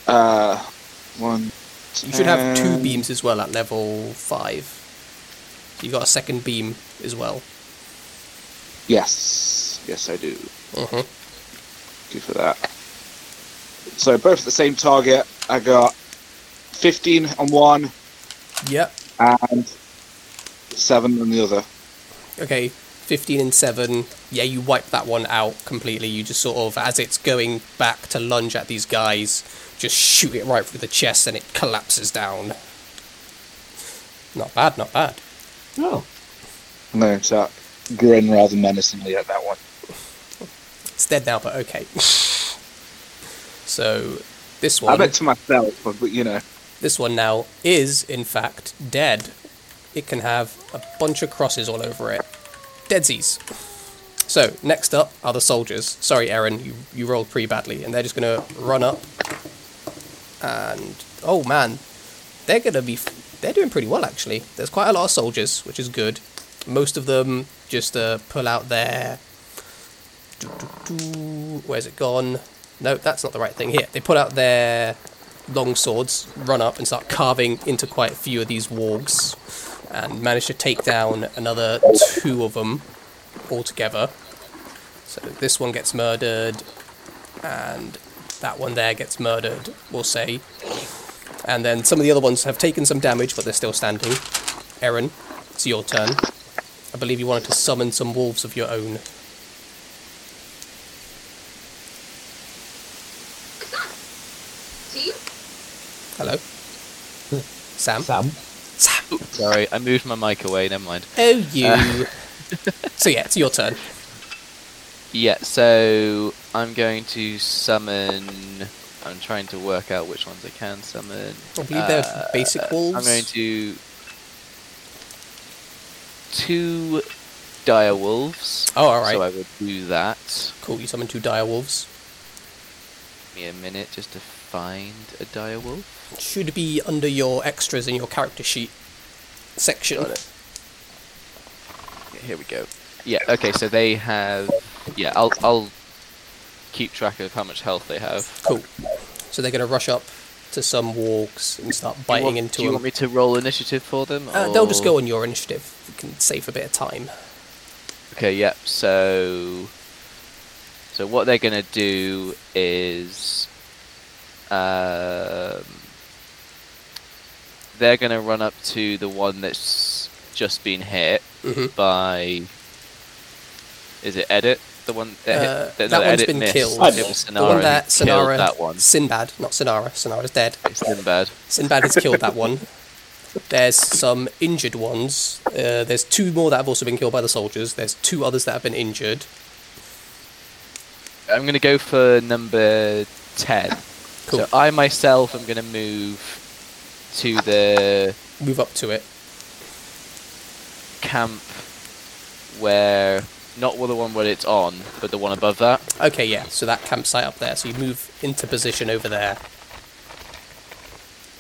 [SPEAKER 3] Uh, 1.
[SPEAKER 1] You should have two
[SPEAKER 3] ten.
[SPEAKER 1] beams as well at level 5. You got a second beam as well.
[SPEAKER 3] Yes. Yes, I do.
[SPEAKER 1] Mhm.
[SPEAKER 3] Thank you for that. So both at the same target. I got 15 on one
[SPEAKER 1] Yep.
[SPEAKER 3] and 7 on the other.
[SPEAKER 1] Okay, 15 and 7. Yeah, you wipe that one out completely. You just sort of, as it's going back to lunge at these guys, just shoot it right through the chest and it collapses down. Not bad, not bad.
[SPEAKER 2] Oh.
[SPEAKER 3] I'm going to grin rather menacingly at that one.
[SPEAKER 1] It's dead now, but okay. so, this
[SPEAKER 3] I
[SPEAKER 1] one,
[SPEAKER 3] meant to myself, but, but you know.
[SPEAKER 1] this one now is, in fact, dead. It can have a bunch of crosses all over it. Deadsies. So, next up are the soldiers. Sorry, Aaron, you, you rolled pretty badly. And they're just going to run up. And, oh man, they're going to be. f- They're doing pretty well, actually. There's quite a lot of soldiers, which is good. Most of them just uh, pull out their. doo, doo, doo. Where's it gone? No, that's not the right thing. Here, they pull out their long swords, run up, and start carving into quite a few of these wargs, and manage to take down another two of them altogether. So this one gets murdered, and that one there gets murdered, we'll say. And then some of the other ones have taken some damage, but they're still standing. Eren, it's your turn. I believe you wanted to summon some wolves of your own. Hello? Sam?
[SPEAKER 2] Sam.
[SPEAKER 1] Sam.
[SPEAKER 4] Sorry, I moved my mic away. Never mind.
[SPEAKER 1] Oh,
[SPEAKER 4] Uh,
[SPEAKER 1] you. so, yeah, it's your turn.
[SPEAKER 4] Yeah, so I'm going to summon. I'm trying to work out which
[SPEAKER 1] Oh,
[SPEAKER 4] ones I can summon. Uh,
[SPEAKER 1] I believe they're basic
[SPEAKER 4] I'm
[SPEAKER 1] wolves.
[SPEAKER 4] going to. two dire wolves.
[SPEAKER 1] Oh, all right.
[SPEAKER 4] So I would do that.
[SPEAKER 1] Cool. You summon two dire wolves.
[SPEAKER 4] Give me a minute just to find a dire wolf.
[SPEAKER 1] Should be under your extras in your character sheet section.
[SPEAKER 4] Got it. Yeah, here we go. Yeah. Okay. So they have. Yeah. I'll I'll keep track of how much health they have.
[SPEAKER 1] Cool. So they're going to rush up to some walks and start biting
[SPEAKER 4] do you want,
[SPEAKER 1] into
[SPEAKER 4] do you
[SPEAKER 1] them.
[SPEAKER 4] want me to roll initiative for them?
[SPEAKER 1] uh, they'll just
[SPEAKER 4] or-
[SPEAKER 1] go on your initiative. We can save a bit of time.
[SPEAKER 4] Okay, yep. So so what they're going to do is um, they're going to run up to the one that's just been hit
[SPEAKER 1] Mhm.
[SPEAKER 4] by is it edit the one that,
[SPEAKER 1] Uh,
[SPEAKER 4] hit, that,
[SPEAKER 1] that
[SPEAKER 4] no,
[SPEAKER 1] one's
[SPEAKER 4] Edit
[SPEAKER 1] been
[SPEAKER 4] missed.
[SPEAKER 1] killed.
[SPEAKER 4] It was
[SPEAKER 1] the one
[SPEAKER 4] Sinara
[SPEAKER 1] that
[SPEAKER 4] who killed
[SPEAKER 1] Sinara,
[SPEAKER 4] that one.
[SPEAKER 1] Sinbad, not Sinara. Sinara's dead.
[SPEAKER 4] It's Sinbad.
[SPEAKER 1] Sinbad has killed that one. There's some injured ones. Uh, there's two more that have also been killed by the soldiers. There's two others that have been injured.
[SPEAKER 4] I'm going to go for number 10.
[SPEAKER 1] Cool.
[SPEAKER 4] So I myself am going to move to the
[SPEAKER 1] Move up to it.
[SPEAKER 4] camp where not the one where it's on, but the one above that.
[SPEAKER 1] Okay, yeah. So that campsite up there. So you move into position over there.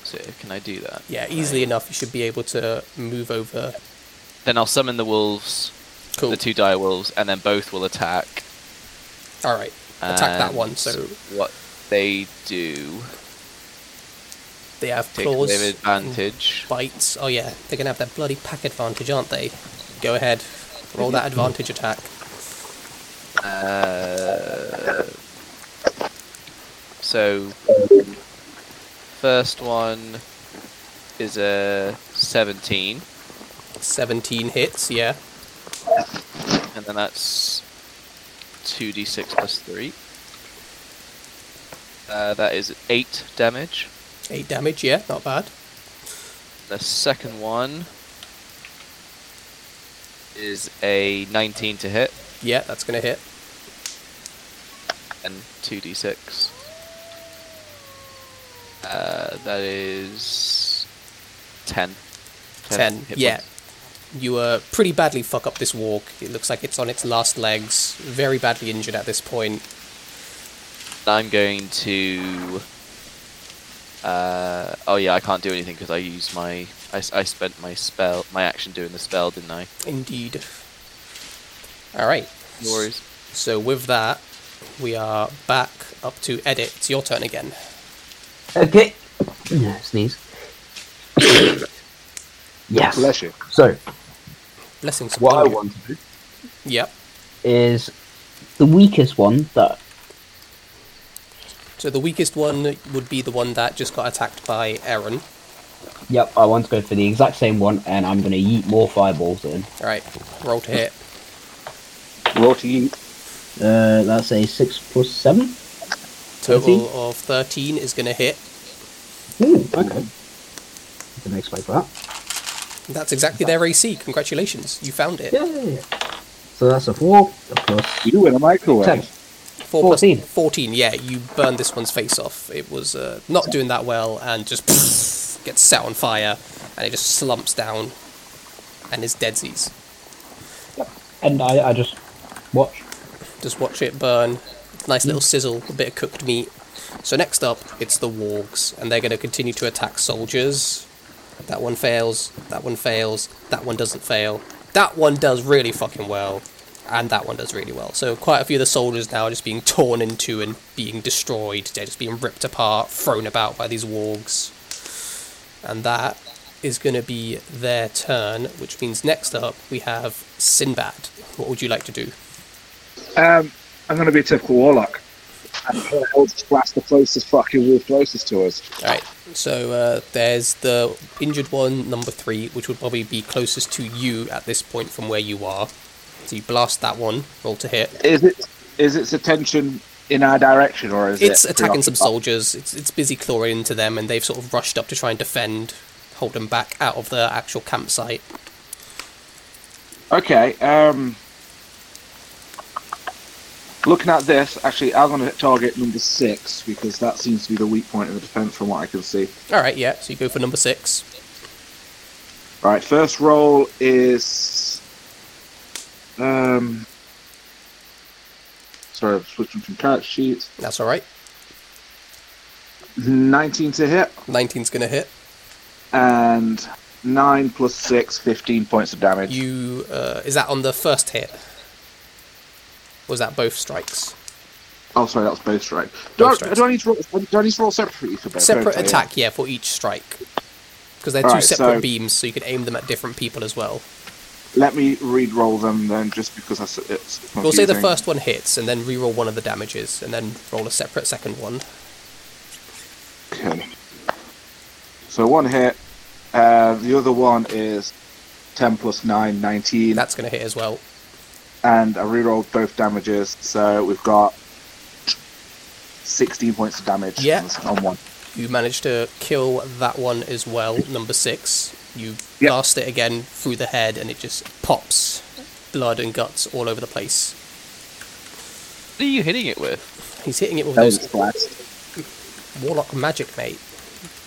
[SPEAKER 4] So can I do that?
[SPEAKER 1] Yeah, easily enough, you should be able to move over.
[SPEAKER 4] Then I'll summon the wolves,
[SPEAKER 1] Cool.
[SPEAKER 4] the two dire wolves, and then both will attack.
[SPEAKER 1] All right. Attack that
[SPEAKER 4] And
[SPEAKER 1] one. So
[SPEAKER 4] what they do
[SPEAKER 1] they have
[SPEAKER 4] take
[SPEAKER 1] claws.
[SPEAKER 4] their
[SPEAKER 1] and
[SPEAKER 4] advantage.
[SPEAKER 1] Bites. Oh yeah, they're gonna have their bloody pack advantage, aren't they? Go ahead. Roll that advantage attack.
[SPEAKER 4] Uh, so first one is a 17,
[SPEAKER 1] Seventeen hits. Yeah.
[SPEAKER 4] and then that's 2d6 plus 3. Uh, that is 8 damage.
[SPEAKER 1] Eight damage. Yeah, not bad.
[SPEAKER 4] The second one is a 19 to hit
[SPEAKER 1] Yeah, that's gonna hit.
[SPEAKER 4] and 2d6. Uh, that is 10.
[SPEAKER 1] 10.
[SPEAKER 4] hit
[SPEAKER 1] Yeah.
[SPEAKER 4] points.
[SPEAKER 1] You uh, pretty badly fuck up this walk. It looks like it's on its last legs. Very badly injured at this point.
[SPEAKER 4] I'm going to. Uh, oh yeah, I can't do anything because I used my. I, s- I spent my spell, my action doing the spell, didn't I?
[SPEAKER 1] Indeed. All right.
[SPEAKER 4] No worries.
[SPEAKER 1] So with that, we are back up to edit. It's your turn again.
[SPEAKER 2] Okay. Yeah, sneeze. yes.
[SPEAKER 3] Bless you.
[SPEAKER 2] So,
[SPEAKER 1] Blessings.
[SPEAKER 2] what I
[SPEAKER 1] upon you.
[SPEAKER 2] want to do
[SPEAKER 1] Yep.
[SPEAKER 2] is the weakest one that.
[SPEAKER 1] So the weakest one would be the one that just got attacked by Aaron.
[SPEAKER 2] Yep, I want to go for the exact same one, and I'm going to eat more fireballs in.
[SPEAKER 1] All right. Roll to hit.
[SPEAKER 3] Roll to eat.
[SPEAKER 2] Uh, that's a six plus seven.
[SPEAKER 1] Total of 13 is going to hit.
[SPEAKER 2] Ooh, okay. Didn't expect that.
[SPEAKER 1] That's exactly their AC. Congratulations. You found it.
[SPEAKER 2] Yeah, yeah, yeah. So that's a four plus
[SPEAKER 3] You in a microwave.
[SPEAKER 2] ten.
[SPEAKER 1] Four plus
[SPEAKER 2] 14.
[SPEAKER 1] 14, yeah, you burned this one's face off. It was uh, not doing that well and just gets set on fire and it just slumps down and is deadsies.
[SPEAKER 2] And I, I just watch.
[SPEAKER 1] Just watch it burn. Nice little sizzle, a bit of cooked meat. So next up, it's the wargs and they're going to continue to attack soldiers. That one fails, that one fails, that one doesn't fail. That one does really fucking well. And that one does really well. So quite a few of the soldiers now are just being torn into and being destroyed. They're just being ripped apart, thrown about by these wargs. And that is going to be their turn, which means next up we have Sinbad. What would you like to do?
[SPEAKER 3] Um, I'm going to be a typical warlock. And I'll just blast the closest fucking wolf closest to us.
[SPEAKER 1] All right. So uh, there's the injured one, number three, which would probably be closest to you at this point from where you are. So you blast that one. Roll to hit.
[SPEAKER 3] Is it? Is its attention in our direction, or is
[SPEAKER 1] It's
[SPEAKER 3] it?
[SPEAKER 1] attacking some
[SPEAKER 3] preoccupied?
[SPEAKER 1] soldiers. It's it's busy clawing into them, and they've sort of rushed up to try and defend, hold them back out of the actual campsite.
[SPEAKER 3] Okay. Um, looking at this, actually, I'm going to target number six because that seems to be the weak point of the defense, from what I can see.
[SPEAKER 1] All right. Yeah. So you go for number six.
[SPEAKER 3] Right. First roll is Um, sorry, I'm switching from character sheet.
[SPEAKER 1] That's all right.
[SPEAKER 3] 19 to hit,
[SPEAKER 1] 19's going to hit.
[SPEAKER 3] and 9 plus 6, 15 points of damage.
[SPEAKER 1] You uh, is that on the first hit? Was that both strikes?
[SPEAKER 3] Oh, sorry, that was both strike. Do,
[SPEAKER 1] Both
[SPEAKER 3] I,
[SPEAKER 1] strikes.
[SPEAKER 3] do I need to roll, do I need to roll separately for both?
[SPEAKER 1] Separate
[SPEAKER 3] Okay, yeah.
[SPEAKER 1] attack, yeah, for each strike, because they're two
[SPEAKER 3] Alright,
[SPEAKER 1] separate
[SPEAKER 3] so-
[SPEAKER 1] beams, so you could aim them at different people as well.
[SPEAKER 3] Let me re-roll them then, just because that's, it's confusing.
[SPEAKER 1] We'll say the first one hits, and then re-roll one of the damages, and then roll a separate second one.
[SPEAKER 3] Okay. So one hit. Uh, the other one is 10 plus 9, 19.
[SPEAKER 1] That's going to hit as well.
[SPEAKER 3] and I rerolled both damages, so we've got 16 points of damage
[SPEAKER 1] Yeah.
[SPEAKER 3] on this- on one.
[SPEAKER 1] You managed to kill that one as well, number six. You
[SPEAKER 3] Yep.
[SPEAKER 1] blast it again through the head, and it just pops blood and guts all over the place.
[SPEAKER 4] What are you hitting it with?
[SPEAKER 1] He's hitting it with
[SPEAKER 3] That was
[SPEAKER 1] those
[SPEAKER 3] a blast.
[SPEAKER 1] warlock magic, mate.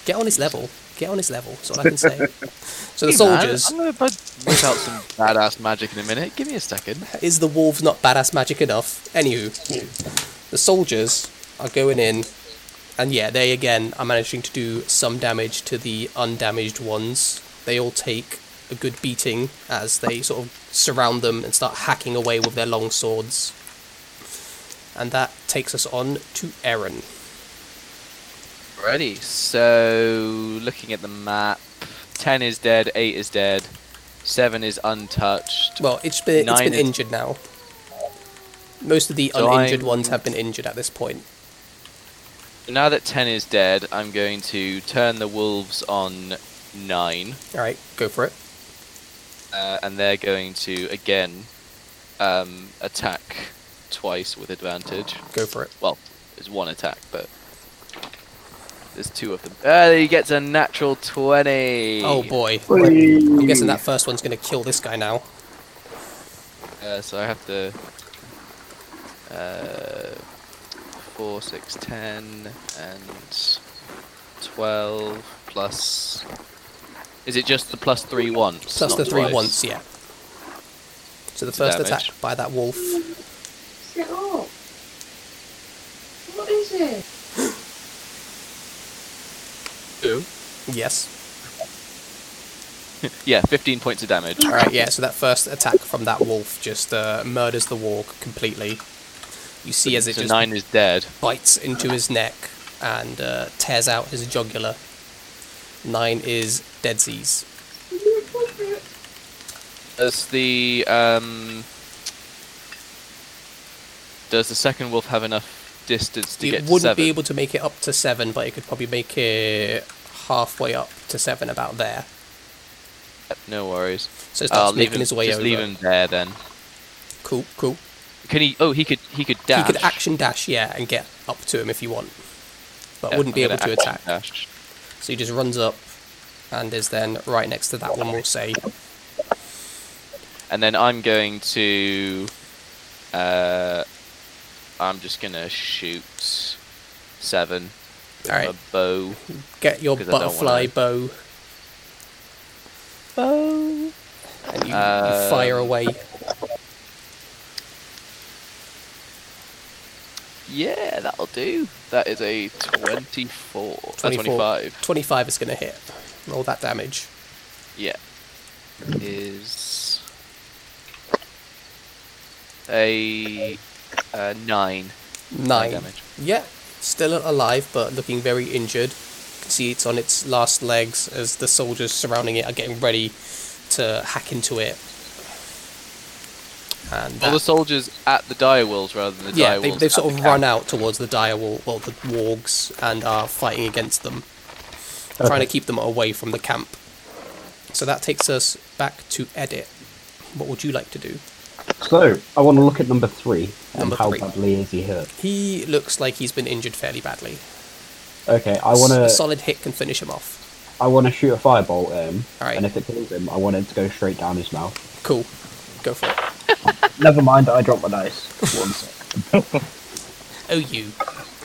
[SPEAKER 1] Get on his level. Get on his level. That's all I can say. so the
[SPEAKER 4] Hey, man,
[SPEAKER 1] soldiers
[SPEAKER 4] I'm gonna bud- whip out some badass magic in a minute. Give me a second.
[SPEAKER 1] is the wolves not badass magic enough? Anywho, the soldiers are going in, and yeah, they again are managing to do some damage to the undamaged ones. They all take a good beating as they sort of surround them and start hacking away with their long swords. And that takes us on to Eren.
[SPEAKER 4] Ready. So, looking at the map, ten is dead, eight is dead, seven is untouched.
[SPEAKER 1] Well, it's been, it's
[SPEAKER 4] Nine
[SPEAKER 1] been
[SPEAKER 4] is-
[SPEAKER 1] injured now. Most of the
[SPEAKER 4] So
[SPEAKER 1] uninjured
[SPEAKER 4] I'm-
[SPEAKER 1] ones have been injured at this point.
[SPEAKER 4] Now that ten is dead, I'm going to turn the wolves on nine,
[SPEAKER 1] All right, go for it.
[SPEAKER 4] uh, and they're going to again um, attack twice with advantage.
[SPEAKER 1] Go for it.
[SPEAKER 4] Well, it's one attack, but there's two of them. Uh, he gets a natural twenty.
[SPEAKER 1] Oh boy. I'm guessing that first one's going to kill this guy now.
[SPEAKER 4] Uh, so I have to. Uh, 4, 6, 10, and 12, plus. Is it just the plus 3 once?
[SPEAKER 1] Plus
[SPEAKER 4] not
[SPEAKER 1] the three
[SPEAKER 4] twice?
[SPEAKER 1] once, yeah. So the first
[SPEAKER 4] damage.
[SPEAKER 1] attack by that wolf.
[SPEAKER 5] Sit up. What is it?
[SPEAKER 4] Two.
[SPEAKER 1] Yes.
[SPEAKER 4] Yeah, 15 points of damage.
[SPEAKER 1] All right, yeah. So that first attack from that wolf just uh, murders the warg completely. You see as it
[SPEAKER 4] so
[SPEAKER 1] just
[SPEAKER 4] 9 is dead.
[SPEAKER 1] bites into his neck and uh, tears out his jugular. Nine is Dead Seas.
[SPEAKER 4] Does the. Um, does the second wolf have enough distance to
[SPEAKER 1] It
[SPEAKER 4] get to
[SPEAKER 1] wouldn't
[SPEAKER 4] 7?
[SPEAKER 1] be able to make it up to seven, but it could probably make it halfway up to seven, about there.
[SPEAKER 4] No worries.
[SPEAKER 1] So it starts
[SPEAKER 4] I'll leave
[SPEAKER 1] making
[SPEAKER 4] him,
[SPEAKER 1] his way
[SPEAKER 4] just
[SPEAKER 1] over.
[SPEAKER 4] leave him there then.
[SPEAKER 1] Cool, cool.
[SPEAKER 4] Can he? Oh, he could. He could dash.
[SPEAKER 1] You could action dash, yeah, and get up to him if you want, but
[SPEAKER 4] Yeah,
[SPEAKER 1] wouldn't be
[SPEAKER 4] I'm
[SPEAKER 1] able
[SPEAKER 4] gonna
[SPEAKER 1] to
[SPEAKER 4] action
[SPEAKER 1] attack.
[SPEAKER 4] dash.
[SPEAKER 1] So he just runs up and is then right next to that one. We'll say
[SPEAKER 4] And then I'm going to. Uh, I'm just gonna shoot seven with
[SPEAKER 1] Alright.
[SPEAKER 4] my bow.
[SPEAKER 1] get your
[SPEAKER 4] 'Cause I don't
[SPEAKER 1] butterfly
[SPEAKER 4] wanna-
[SPEAKER 1] bow
[SPEAKER 4] Bow.
[SPEAKER 1] and you, you
[SPEAKER 4] Um,
[SPEAKER 1] fire away.
[SPEAKER 4] Yeah, that'll do. That is a 24.
[SPEAKER 1] 24.
[SPEAKER 4] Uh, 25.
[SPEAKER 1] Twenty-five is going to hit. Roll that damage.
[SPEAKER 4] Yeah. Is a uh, nine.
[SPEAKER 1] Nine.
[SPEAKER 4] damage.
[SPEAKER 1] Yeah, still alive but looking very injured. You can see it's on its last legs as the soldiers surrounding it are getting ready to hack into it. And
[SPEAKER 4] All
[SPEAKER 1] that-
[SPEAKER 4] the soldiers at the dire wolves rather than the
[SPEAKER 1] yeah,
[SPEAKER 4] dire
[SPEAKER 1] they,
[SPEAKER 4] wolves
[SPEAKER 1] they've
[SPEAKER 4] at
[SPEAKER 1] sort
[SPEAKER 4] the
[SPEAKER 1] of
[SPEAKER 4] camp.
[SPEAKER 1] run out towards the dire wall, well, the wargs, and are fighting against them, trying to keep them away from the camp. So that takes us back to edit. What would you like to do?
[SPEAKER 2] So, I want to look at number three and
[SPEAKER 1] Number
[SPEAKER 2] how
[SPEAKER 1] three.
[SPEAKER 2] badly is he hurt.
[SPEAKER 1] He looks like he's been injured fairly badly.
[SPEAKER 2] Okay, I
[SPEAKER 1] S-
[SPEAKER 2] want
[SPEAKER 1] a
[SPEAKER 2] to
[SPEAKER 1] solid hit can finish him off.
[SPEAKER 2] I want to shoot a fireball at him,
[SPEAKER 1] Alright.
[SPEAKER 2] and if it kills him, I want it to go straight down his mouth.
[SPEAKER 1] Cool, go for it.
[SPEAKER 2] Never mind, I dropped my dice. One sec.
[SPEAKER 1] Oh, you.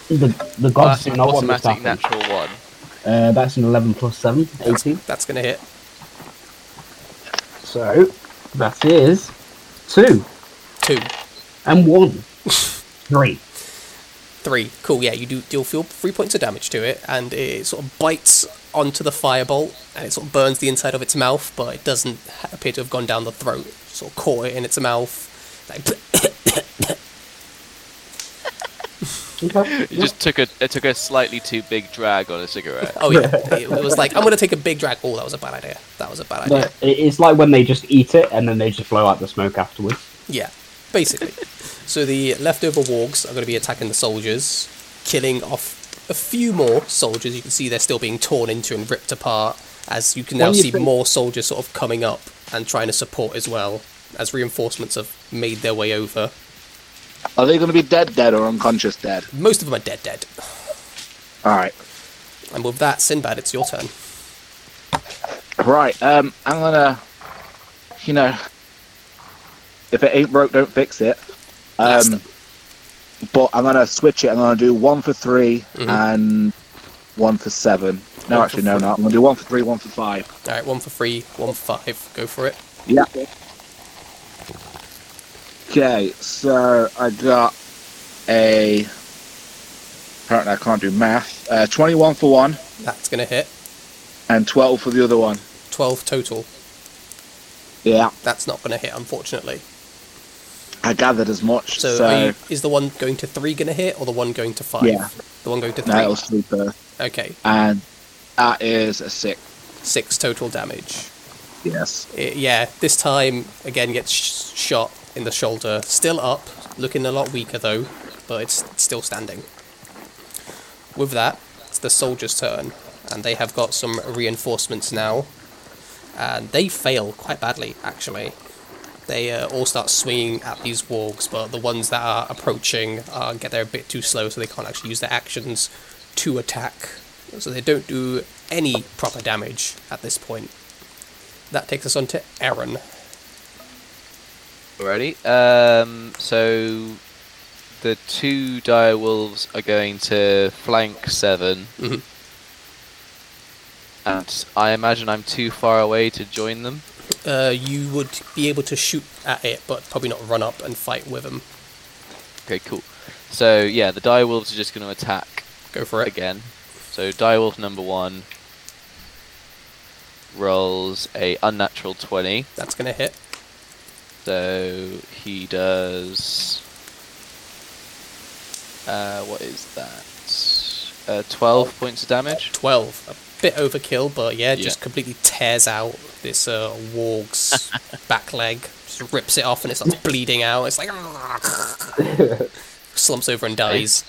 [SPEAKER 2] The the
[SPEAKER 4] Well,
[SPEAKER 1] Uh,
[SPEAKER 4] that's
[SPEAKER 2] godsman,
[SPEAKER 4] an
[SPEAKER 2] I want this
[SPEAKER 4] automatic
[SPEAKER 2] happen.
[SPEAKER 4] natural one.
[SPEAKER 2] Uh, that's an 11 plus 7, 18.
[SPEAKER 1] That's gonna hit.
[SPEAKER 2] So that is two.
[SPEAKER 1] Two.
[SPEAKER 2] And one. Three.
[SPEAKER 1] Three. Cool, yeah, you do deal feel three points of damage to it, and it sort of bites onto the firebolt, and it sort of burns the inside of its mouth, but it doesn't ha- appear to have gone down the throat. It sort of caught it in its mouth. Like,
[SPEAKER 2] Okay.
[SPEAKER 4] It just took a it took a slightly too big drag on a cigarette.
[SPEAKER 1] oh, yeah. It was like, I'm going to take a big drag. Oh, that was a bad idea. That was a bad idea.
[SPEAKER 2] But it- it's like when they just eat it and then they just blow out the smoke afterwards.
[SPEAKER 1] Yeah, basically. so the leftover wargs are going to be attacking the soldiers, killing off a few more soldiers. You can see they're still being torn into and ripped apart, as you can now
[SPEAKER 2] When you
[SPEAKER 1] see
[SPEAKER 2] think-
[SPEAKER 1] more soldiers sort of coming up and trying to support as well, as reinforcements have made their way over.
[SPEAKER 3] Are they going to be dead, dead, or unconscious, dead?
[SPEAKER 1] Most of them are dead, dead.
[SPEAKER 3] All right.
[SPEAKER 1] And with that, Sinbad, it's your turn.
[SPEAKER 3] Right, um, I'm gonna, you know, if it ain't broke, don't fix it.
[SPEAKER 1] That's
[SPEAKER 3] Um, but I'm gonna switch it. I'm gonna do one for 3 and one for seven.
[SPEAKER 1] Mm-hmm.
[SPEAKER 3] No,
[SPEAKER 1] One for
[SPEAKER 3] actually, no,
[SPEAKER 1] three.
[SPEAKER 3] no. I'm gonna do one for three, one for five.
[SPEAKER 1] All right, one for three, one for five. Go for it.
[SPEAKER 3] Yeah. Okay, so I got a. Apparently, I can't do math. Uh, 21 for one
[SPEAKER 1] That's going to hit.
[SPEAKER 3] and 12 for the other one.
[SPEAKER 1] 12 total.
[SPEAKER 3] Yeah,
[SPEAKER 1] That's not going to hit, unfortunately.
[SPEAKER 3] I gathered as much.
[SPEAKER 1] So,
[SPEAKER 3] So,
[SPEAKER 1] are you, is the one going to three going to hit, or the one going to five?
[SPEAKER 3] Yeah.
[SPEAKER 1] The one going to three.
[SPEAKER 3] no, it was three per.
[SPEAKER 1] Okay,
[SPEAKER 3] and that is a six.
[SPEAKER 1] six total damage.
[SPEAKER 3] Yes.
[SPEAKER 1] It- yeah, this time again gets sh- shot in the shoulder. Still up, looking a lot weaker though, but it's still standing. With that, it's the soldier's turn, and they have got some reinforcements now. And they fail quite badly, actually. They uh, all start swinging at these wargs, but the ones that are approaching uh, get there a bit too slow, so they can't actually use their actions to attack. So they don't do any proper damage at this point. That takes us on to Aaron.
[SPEAKER 4] Alrighty. Um, so the two dire wolves are going to flank 7
[SPEAKER 1] Mhm.
[SPEAKER 4] and I imagine I'm too far away to join them.
[SPEAKER 1] Uh, you would be able to shoot at it, but probably not run up and fight with him.
[SPEAKER 4] Okay, cool. So yeah, the dire wolves are just going to attack
[SPEAKER 1] Go for it.
[SPEAKER 4] again. So dire wolf number one rolls a unnatural twenty.
[SPEAKER 1] That's going to hit.
[SPEAKER 4] So he does. Uh, what is that? Uh, 12 points of damage.
[SPEAKER 1] 12. A bit overkill, but yeah,
[SPEAKER 4] Yeah.
[SPEAKER 1] just completely tears out this uh, warg's back leg. Just rips it off and it starts bleeding out. It's like. slumps over and dies.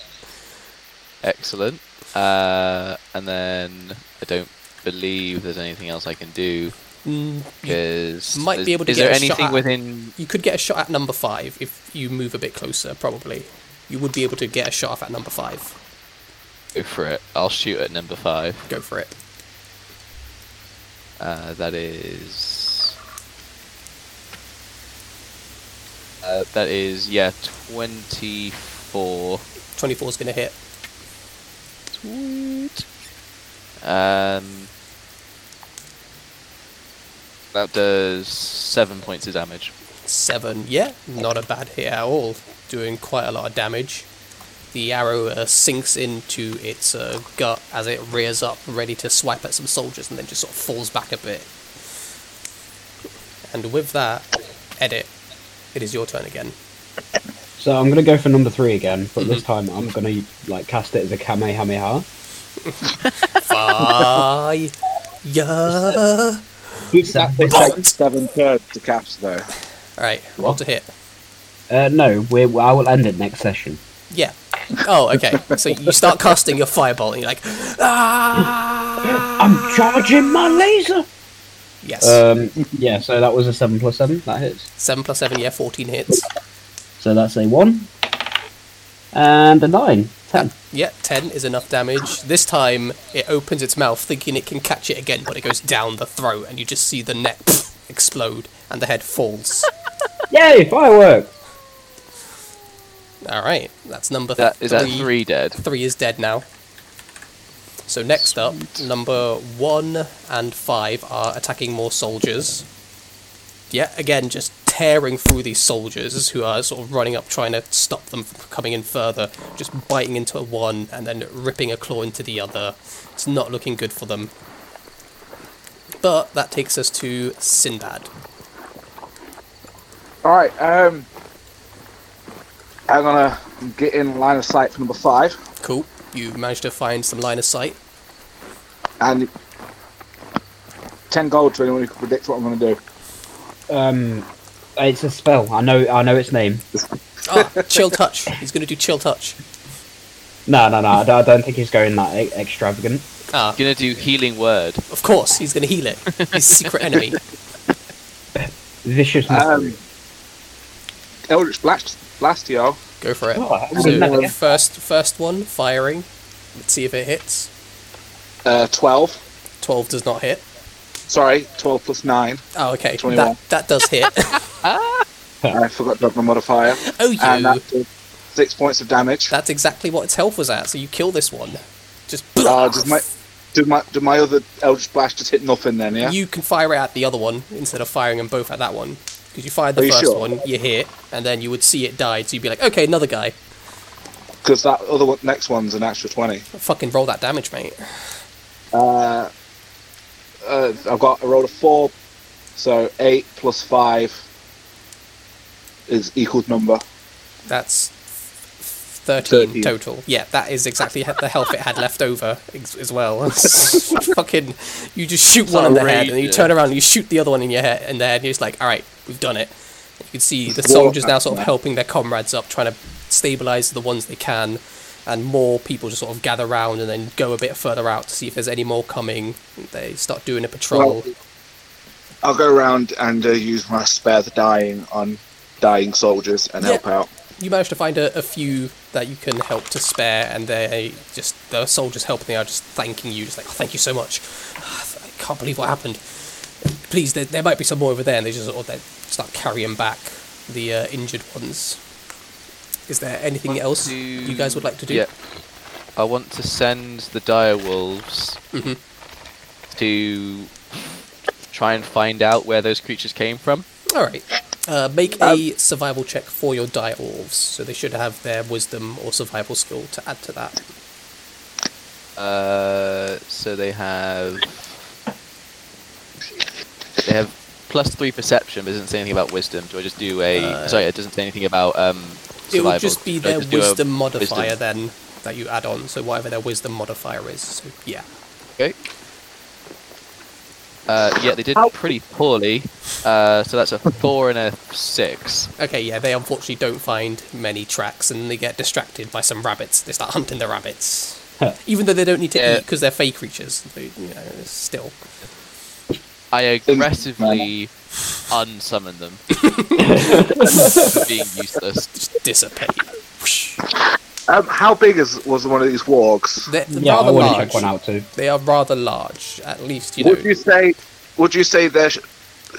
[SPEAKER 4] Excellent. Uh, and then I don't believe there's anything else I can do.
[SPEAKER 1] Mm, you,
[SPEAKER 4] Because
[SPEAKER 1] might be able to
[SPEAKER 4] is
[SPEAKER 1] get
[SPEAKER 4] there
[SPEAKER 1] a shot
[SPEAKER 4] anything
[SPEAKER 1] at-
[SPEAKER 4] within?
[SPEAKER 1] you could get a shot at number 5 if you move a bit closer, probably. You would be able to get a shot off at number 5.
[SPEAKER 4] Go for it. I'll shoot at number five.
[SPEAKER 1] Go for it.
[SPEAKER 4] Uh, that is. Uh, that is yeah, twenty-four.
[SPEAKER 1] 24 is going to hit.
[SPEAKER 4] Sweet. Um, that does seven points of damage.
[SPEAKER 1] Seven, yeah, not a bad hit at all. Doing quite a lot of damage. The arrow uh, sinks into its uh, gut as it rears up, ready to swipe at some soldiers, and then just sort of falls back a bit. And with that, edit. It is your turn again.
[SPEAKER 2] So I'm gonna go for number three again, but this time I'm gonna like cast it as a Kamehameha.
[SPEAKER 1] Bye. yeah.
[SPEAKER 2] Exactly.
[SPEAKER 3] Seven, seven thirds to cast though.
[SPEAKER 1] All right, roll to hit.
[SPEAKER 2] Uh, no, we I will end it next session.
[SPEAKER 1] Yeah. Oh, okay. So you start casting your fireball, and you're like, ah.
[SPEAKER 2] I'm charging my laser.
[SPEAKER 1] Yes.
[SPEAKER 2] Um, yeah. So that was a seven plus seven. That hits.
[SPEAKER 1] Seven plus seven, yeah, fourteen hits.
[SPEAKER 2] So that's a one and a nine. Ten.
[SPEAKER 1] Yeah, 10 is enough damage. This time, it opens its mouth thinking it can catch it again, but it goes down the throat, and you just see the neck explode and the head falls.
[SPEAKER 2] Yay! Fireworks.
[SPEAKER 1] All right, that's number
[SPEAKER 4] That is that
[SPEAKER 1] three.
[SPEAKER 4] three dead.
[SPEAKER 1] Three is dead now. So, next up, number 1 and 5 are attacking more soldiers. Yeah, again, just tearing through these soldiers who are sort of running up, trying to stop them from coming in further, just biting into one and then ripping a claw into the other. It's not looking good for them. But that takes us to Sinbad.
[SPEAKER 3] All right. Um, I'm gonna get in line of sight for number five,
[SPEAKER 1] Cool. You managed to find some line of sight.
[SPEAKER 3] and ten gold to anyone who can predict what I'm gonna do.
[SPEAKER 2] Um, it's a spell. I know. I know its name.
[SPEAKER 1] Ah, chill touch. He's going to do chill touch.
[SPEAKER 2] No, no, no. I don't, I don't think he's going that e- extravagant.
[SPEAKER 1] Ah,
[SPEAKER 4] Gonna do healing word.
[SPEAKER 1] of course, he's going to heal it. His secret enemy.
[SPEAKER 2] Vicious.
[SPEAKER 3] Um,
[SPEAKER 1] Uh,
[SPEAKER 2] mockery.
[SPEAKER 3] Eldritch Blast, blast y'all.
[SPEAKER 1] Go for it.
[SPEAKER 2] Oh, I wouldn't know
[SPEAKER 1] So
[SPEAKER 2] that.
[SPEAKER 1] first, first one firing. Let's see if it hits.
[SPEAKER 3] Uh, Twelve.
[SPEAKER 1] Twelve does not hit.
[SPEAKER 3] Sorry, twelve plus nine.
[SPEAKER 1] Oh, okay.
[SPEAKER 3] 21.
[SPEAKER 1] That that does hit.
[SPEAKER 3] I forgot to add my modifier.
[SPEAKER 1] oh, you.
[SPEAKER 3] and that did six points of damage.
[SPEAKER 1] That's exactly what its health was at. So you kill this one. Just.
[SPEAKER 3] Uh, does my did my did my other Eldritch Blast just hit nothing then? Yeah.
[SPEAKER 1] You can fire it at the other one instead of firing them both at that one. Because you fired the
[SPEAKER 3] Are you
[SPEAKER 1] first
[SPEAKER 3] sure?
[SPEAKER 1] one, you hit, and then you would see it died. So you'd be like, okay, another guy.
[SPEAKER 3] Because that other one, next one's an extra twenty.
[SPEAKER 1] Fucking roll that damage, mate.
[SPEAKER 3] Uh, uh, I've got I rolled a four, so eight plus five is equals number.
[SPEAKER 1] That's f- 13,
[SPEAKER 3] 13.
[SPEAKER 1] total. Yeah, that is exactly he- the health it had left over ex- as well. Fucking, you just shoot one in the head, and then you
[SPEAKER 4] Outrageous.
[SPEAKER 1] turn around and you shoot the other one in your head, in the head, and you're just like, all right, we've done it. You can see the
[SPEAKER 3] War
[SPEAKER 1] soldiers now sort of
[SPEAKER 3] happening.
[SPEAKER 1] helping their comrades up, trying to stabilize the ones they can, and more people just sort of gather round and then go a bit further out to see if there's any more coming. They start doing a patrol.
[SPEAKER 3] Well, I'll go around and uh, use my spare the dying on dying soldiers and
[SPEAKER 1] Yeah.
[SPEAKER 3] help out.
[SPEAKER 1] you manage to find a, a few that you can help to spare, and they just the soldiers helping. They are just thanking you, just like oh, thank you so much. I can't believe what happened. Please, there, there might be some more over there, and they just or they start carrying back the uh, injured ones. Is there anything
[SPEAKER 4] Want
[SPEAKER 1] else
[SPEAKER 4] to-
[SPEAKER 1] you guys would like to do?
[SPEAKER 4] Yeah. I want to send the dire wolves
[SPEAKER 1] Mhm.
[SPEAKER 4] to try and find out where those creatures came from.
[SPEAKER 1] All right. Uh, make a survival check for your dire orves, so they should have their wisdom or survival skill to add to that.
[SPEAKER 4] Uh, so they have they have plus three perception, but it doesn't say anything about wisdom. Do I just do a
[SPEAKER 1] Uh,
[SPEAKER 4] sorry? It doesn't say anything about um.
[SPEAKER 1] It
[SPEAKER 4] Survival.
[SPEAKER 1] would just be
[SPEAKER 4] Do I
[SPEAKER 1] their
[SPEAKER 4] just do a
[SPEAKER 1] wisdom modifier then that you add on. So whatever their wisdom modifier is. So yeah.
[SPEAKER 4] Okay. Uh, yeah, they did pretty poorly. Uh, so that's a four and a six.
[SPEAKER 1] Okay, yeah, they unfortunately don't find many tracks and they get distracted by some rabbits. They start hunting the rabbits.
[SPEAKER 2] Huh.
[SPEAKER 1] Even though they don't need to eat
[SPEAKER 4] Yeah.
[SPEAKER 1] eat because they're fey creatures. They, you know, it's still.
[SPEAKER 4] I aggressively unsummon them for being useless.
[SPEAKER 1] Just dissipate. Whoosh.
[SPEAKER 3] Um, how big is was one of these wargs?
[SPEAKER 1] They're, they're
[SPEAKER 2] yeah, I
[SPEAKER 1] rather
[SPEAKER 2] want to check one
[SPEAKER 1] large.
[SPEAKER 2] out too.
[SPEAKER 1] They are rather large, at least, you know.
[SPEAKER 3] would you say would you say they're sh-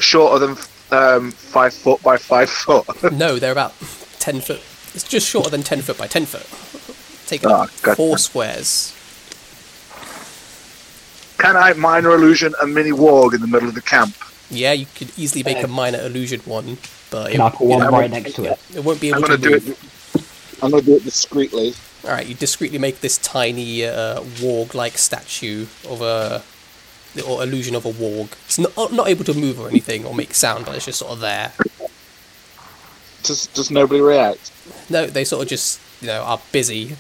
[SPEAKER 3] shorter than um, five foot by five foot?
[SPEAKER 1] No, they're about 10 foot. It's just shorter than 10 foot by 10 foot. Taking
[SPEAKER 3] Ah,
[SPEAKER 1] up
[SPEAKER 3] gotcha.
[SPEAKER 1] four squares.
[SPEAKER 3] Can I minor illusion a mini warg in the middle of the camp?
[SPEAKER 1] Yeah, you could easily make
[SPEAKER 2] Uh,
[SPEAKER 1] a minor illusion one, but
[SPEAKER 2] Can I put one
[SPEAKER 3] yeah, I
[SPEAKER 2] right
[SPEAKER 3] would-
[SPEAKER 2] next to it?
[SPEAKER 1] It won't be able
[SPEAKER 3] I'm gonna
[SPEAKER 1] to
[SPEAKER 3] do
[SPEAKER 1] move.
[SPEAKER 3] it. I'm gonna do it discreetly.
[SPEAKER 1] All right, you discreetly make this tiny uh, warg-like statue of a or illusion of a warg. It's not uh, not able to move or anything or make sound, but it's just sort of there.
[SPEAKER 3] Does Does nobody react?
[SPEAKER 1] No, they sort of just you know are busy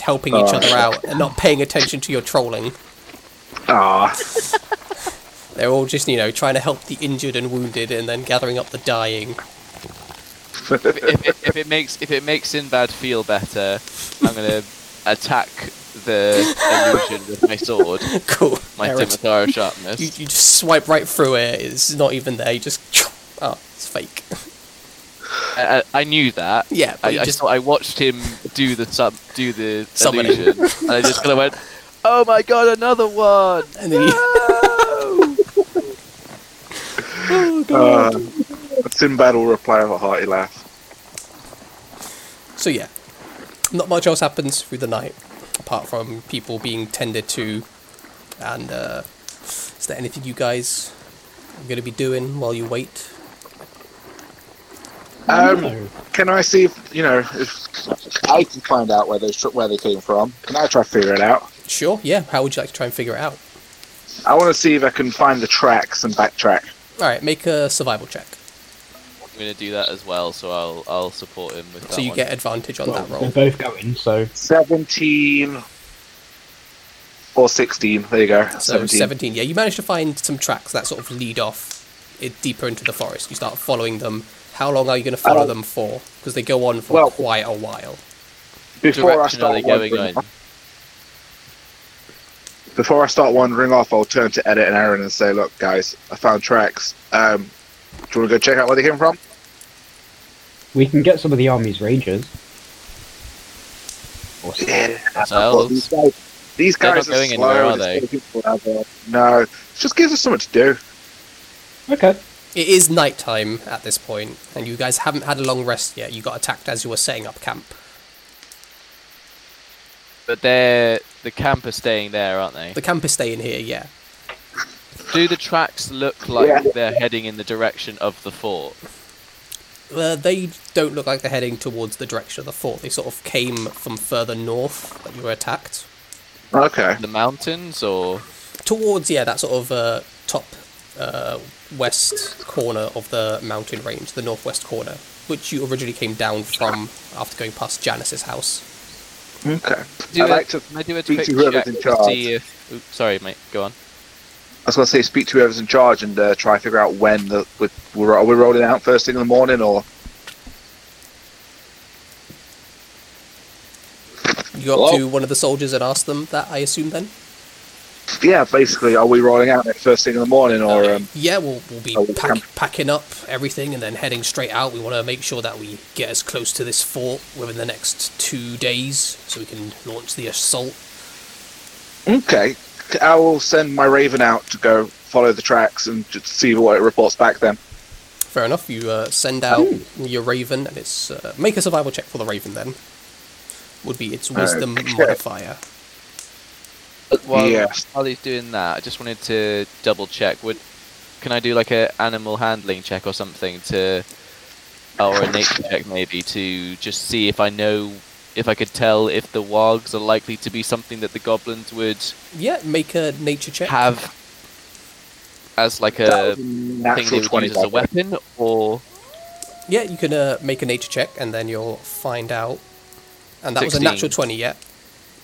[SPEAKER 1] helping each
[SPEAKER 3] Oh.
[SPEAKER 1] other out and not paying attention to your trolling.
[SPEAKER 3] Ah,
[SPEAKER 1] They're all just you know trying to help the injured and wounded and then gathering up the dying.
[SPEAKER 4] If, if, if, if it makes if it makes Sinbad feel better, I'm gonna attack the illusion with my sword,
[SPEAKER 1] cool.
[SPEAKER 4] my
[SPEAKER 1] Eric,
[SPEAKER 4] Timothara
[SPEAKER 1] you,
[SPEAKER 4] sharpness.
[SPEAKER 1] you just swipe right through it. It's not even there. You just oh, it's fake.
[SPEAKER 4] I, I I knew that.
[SPEAKER 1] Yeah, but
[SPEAKER 4] I,
[SPEAKER 1] you
[SPEAKER 4] I,
[SPEAKER 1] just-
[SPEAKER 4] saw- I watched him do the sub do the
[SPEAKER 1] Summon it.
[SPEAKER 4] illusion, and I just kind of went, "Oh my god, another one!"
[SPEAKER 1] And then you.
[SPEAKER 4] Ah!
[SPEAKER 3] uh, Sinbad will reply with a hearty laugh.
[SPEAKER 1] So yeah, not much else happens through the night, apart from people being tended to. And uh, is there anything you guys are going to be doing while you wait?
[SPEAKER 3] Um,
[SPEAKER 2] No.
[SPEAKER 3] can I see if you know if I can find out where those where they came from? Can I try to figure it out?
[SPEAKER 1] Sure, yeah. How would you like to try and figure it out?
[SPEAKER 3] I want to see if I can find the tracks and backtrack.
[SPEAKER 1] All right, make a survival check.
[SPEAKER 4] I'm gonna do that as well, so I'll I'll support him with that.
[SPEAKER 1] so you
[SPEAKER 4] one.
[SPEAKER 1] get advantage on
[SPEAKER 2] Well,
[SPEAKER 1] that
[SPEAKER 2] they're
[SPEAKER 1] roll.
[SPEAKER 2] both going, so
[SPEAKER 3] Seventeen or sixteen. There you go.
[SPEAKER 1] So 17. Yeah, you manage to find some tracks that sort of lead off it deeper into the forest. You start following them. How long are you going to follow
[SPEAKER 3] Oh.
[SPEAKER 1] them for? Because they go on for
[SPEAKER 3] Well-
[SPEAKER 1] quite a while.
[SPEAKER 3] Before I
[SPEAKER 4] direction are they
[SPEAKER 3] start
[SPEAKER 4] going
[SPEAKER 3] wandering,
[SPEAKER 4] in?
[SPEAKER 3] before I start wandering off, I'll turn to Edit and Aaron and say, "Look, guys, I found tracks. Um, do you want to go check out where they came from?"
[SPEAKER 2] we can get some of the army's rangers. Or s-
[SPEAKER 3] Yeah.
[SPEAKER 4] Well,
[SPEAKER 3] these guys, these
[SPEAKER 4] they're
[SPEAKER 3] guys
[SPEAKER 4] not going
[SPEAKER 3] slow.
[SPEAKER 4] anywhere, are
[SPEAKER 3] it's
[SPEAKER 4] they?
[SPEAKER 3] taking forever. No, just gives us something to do.
[SPEAKER 2] Okay.
[SPEAKER 1] It is nighttime at this point, and you guys haven't had a long rest yet. You got attacked as you were setting up camp.
[SPEAKER 4] but they're the camp are staying there, aren't they?
[SPEAKER 1] The camp is staying here, yeah.
[SPEAKER 4] Do the tracks look like
[SPEAKER 3] Yeah.
[SPEAKER 4] they're heading in the direction of the fort?
[SPEAKER 1] Uh, they don't look like they're heading towards the direction of the fort. They sort of came from further north that you were attacked.
[SPEAKER 3] Okay.
[SPEAKER 4] The mountains, or
[SPEAKER 1] Towards, yeah, that sort of uh, top uh, west corner of the mountain range, the northwest corner, which you originally came down from after going past Janice's house.
[SPEAKER 3] Okay.
[SPEAKER 4] do
[SPEAKER 3] I'd
[SPEAKER 4] a-
[SPEAKER 3] like to.
[SPEAKER 4] can I do a
[SPEAKER 3] speak
[SPEAKER 4] quick
[SPEAKER 3] to whoever's
[SPEAKER 4] check
[SPEAKER 3] in
[SPEAKER 4] to
[SPEAKER 3] charge.
[SPEAKER 4] see if? Oop, sorry, mate. Go on.
[SPEAKER 3] I was going to say, speak to whoever's in charge and uh, try to figure out when the we- we're are we rolling out first thing in the morning or
[SPEAKER 1] You go up
[SPEAKER 3] Hello?
[SPEAKER 1] to one of the soldiers and ask them that, I assume, then?
[SPEAKER 3] yeah, basically, are we rolling out at first thing in the morning or um,
[SPEAKER 1] Yeah, we'll, we'll be
[SPEAKER 3] Oh, we
[SPEAKER 1] pack,
[SPEAKER 3] can-
[SPEAKER 1] packing up everything and then heading straight out. We want to make sure that we get as close to this fort within the next two days so we can launch the assault.
[SPEAKER 3] okay? I will send my Raven out to go follow the tracks and just see what it reports back. Then
[SPEAKER 1] Fair enough. You uh, send out your raven, and it's uh, make a survival check for the raven. Then would be its wisdom
[SPEAKER 3] Okay.
[SPEAKER 1] modifier.
[SPEAKER 4] While,
[SPEAKER 3] Uh, Yeah.
[SPEAKER 4] while he's doing that, I just wanted to double check. Would can I do like a animal handling check or something to, or a nature check maybe to just see if I know if I could tell if the wargs are likely to be something that the goblins would
[SPEAKER 1] Yeah, make a nature check.
[SPEAKER 4] have as like
[SPEAKER 3] That
[SPEAKER 4] a
[SPEAKER 3] was a
[SPEAKER 4] thing they
[SPEAKER 3] natural
[SPEAKER 4] would
[SPEAKER 3] twenty.
[SPEAKER 4] use as a
[SPEAKER 3] by the way.
[SPEAKER 4] weapon or
[SPEAKER 1] Yeah, you can uh, make a nature check, and then you'll find out. And that was a
[SPEAKER 4] 16.
[SPEAKER 1] natural twenty. Yeah.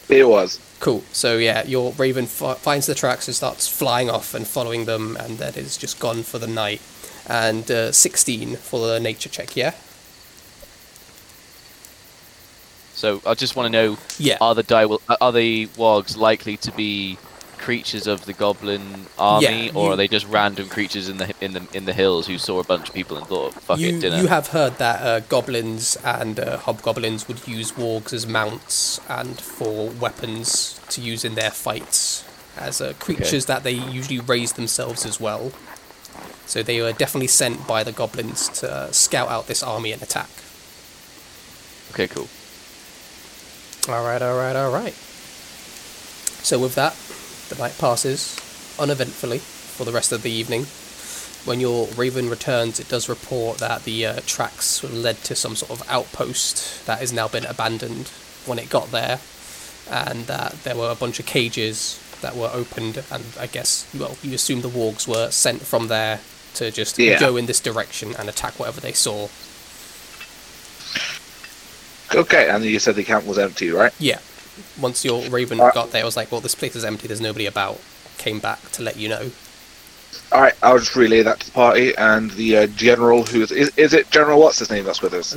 [SPEAKER 3] It was.
[SPEAKER 1] Cool. So yeah, your raven f- finds the tracks and starts flying off and following them, and then is just gone for the night. And uh, sixteen for the nature check. Yeah.
[SPEAKER 4] So I just want to know:
[SPEAKER 1] Yeah.
[SPEAKER 4] are the di- are the wargs likely to be creatures of the goblin army,
[SPEAKER 1] Yeah,
[SPEAKER 4] or
[SPEAKER 1] you-
[SPEAKER 4] are they just random creatures in the in the in the hills who saw a bunch of people and thought, "Fuck
[SPEAKER 1] you,
[SPEAKER 4] it, dinner."
[SPEAKER 1] you have heard that uh, goblins and uh, hobgoblins would use wargs as mounts and for weapons to use in their fights as uh, creatures that they usually raise themselves as well. So they were definitely sent by the goblins to uh, scout out this army and attack.
[SPEAKER 4] okay, cool.
[SPEAKER 1] All right, all right, all right. So with that, the night passes uneventfully for the rest of the evening. When your raven returns, it does report that the uh, tracks led to some sort of outpost that has now been abandoned when it got there, and that there were a bunch of cages that were opened, and I guess, well, you assume the wargs were sent from there to just
[SPEAKER 3] Yeah.
[SPEAKER 1] go in this direction and attack whatever they saw.
[SPEAKER 3] Okay, and you said the camp was empty, right?
[SPEAKER 1] Yeah. Once your Raven
[SPEAKER 3] Alright.
[SPEAKER 1] got there, I was like, well, this place is empty. There's nobody about. Came back to let you know.
[SPEAKER 3] All right, I'll just relay that to the party and the uh, general who's is, is it General what's his name that's with us?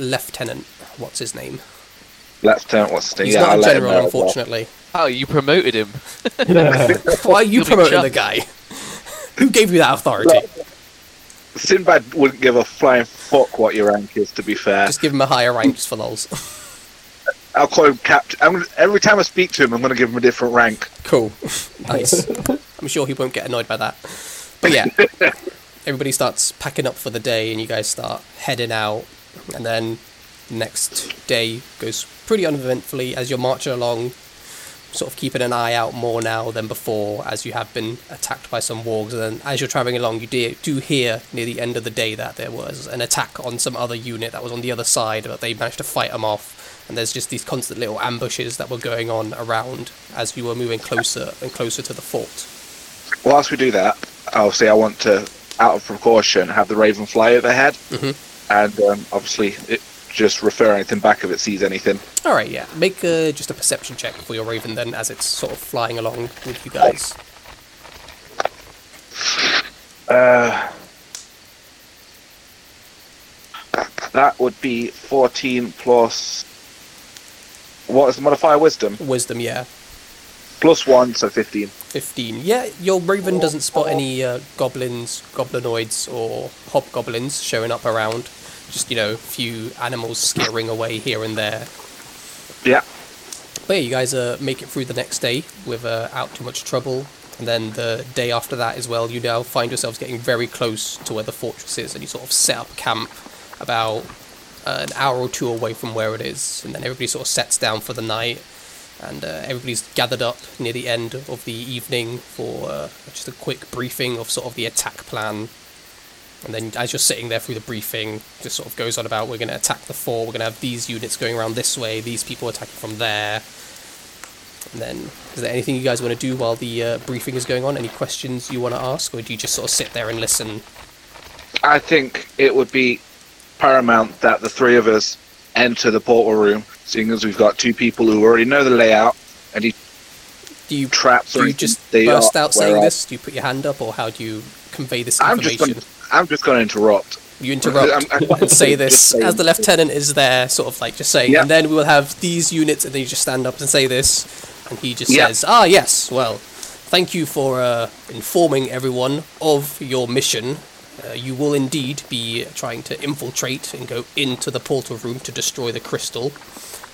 [SPEAKER 1] sort of keeping an eye out more now than before, as you have been attacked by some wargs. And then as you're traveling along, you do, do hear near the end of the day that there was an attack on some other unit that was on the other side, but they managed to fight them off. And there's just these constant little ambushes that were going on around as you were moving closer and closer to the fort.
[SPEAKER 3] Whilst we do that, obviously, I want to, out of precaution, have the raven fly overhead,
[SPEAKER 1] Mhm.
[SPEAKER 3] and um, obviously, it just refer anything back if it sees anything.
[SPEAKER 1] All right, yeah. Make uh, just a perception check for your raven then, as it's sort of flying along with you guys.
[SPEAKER 3] Uh, that would be 14 plus. What is the modifier? Wisdom?
[SPEAKER 1] Wisdom, yeah.
[SPEAKER 3] Plus 1, so 15.
[SPEAKER 1] 15. Yeah, your raven doesn't spot any uh, goblins, goblinoids, or hobgoblins showing up around. Just, you know, a few animals skittering away here and there.
[SPEAKER 3] Yeah.
[SPEAKER 1] But yeah, you guys uh, make it through the next day without too much trouble. And then the day after that as well, you now find yourselves getting very close to where the fortress is, and you sort of set up camp about uh, an hour or two away from where it is. And then everybody sort of sets down for the night, and uh, everybody's gathered up near the end of the evening for uh, just a quick briefing of sort of the attack plan. And then as you're sitting there through the briefing, just sort of goes on about we're going to attack the fort, we're going to have these units going around this way, these people attacking from there. And then, is there anything you guys want to do while the uh, briefing is going on? Any questions you want to ask, or do you just sort of sit there and listen?
[SPEAKER 3] I think it would be paramount that the three of us enter the portal room, seeing as we've got two people who already know the layout, any
[SPEAKER 1] Do you
[SPEAKER 3] traps
[SPEAKER 1] do
[SPEAKER 3] or
[SPEAKER 1] you
[SPEAKER 3] anything
[SPEAKER 1] just
[SPEAKER 3] they
[SPEAKER 1] burst
[SPEAKER 3] are
[SPEAKER 1] out saying
[SPEAKER 3] aware of.
[SPEAKER 1] this? Do you put your hand up, or how do you convey this
[SPEAKER 3] I'm just
[SPEAKER 1] information?
[SPEAKER 3] going. I'm just going to interrupt.
[SPEAKER 1] You interrupt
[SPEAKER 3] I'm- I'm-
[SPEAKER 1] and say
[SPEAKER 3] just
[SPEAKER 1] this
[SPEAKER 3] saying.
[SPEAKER 1] as the lieutenant is there, sort of like just saying,
[SPEAKER 3] Yeah.
[SPEAKER 1] and then we will have these units, and then you just stand up and say this, and he just
[SPEAKER 3] Yeah.
[SPEAKER 1] says, "Ah, yes, well, thank you for uh, informing everyone of your mission. Uh, you will indeed be trying to infiltrate and go into the portal room to destroy the crystal."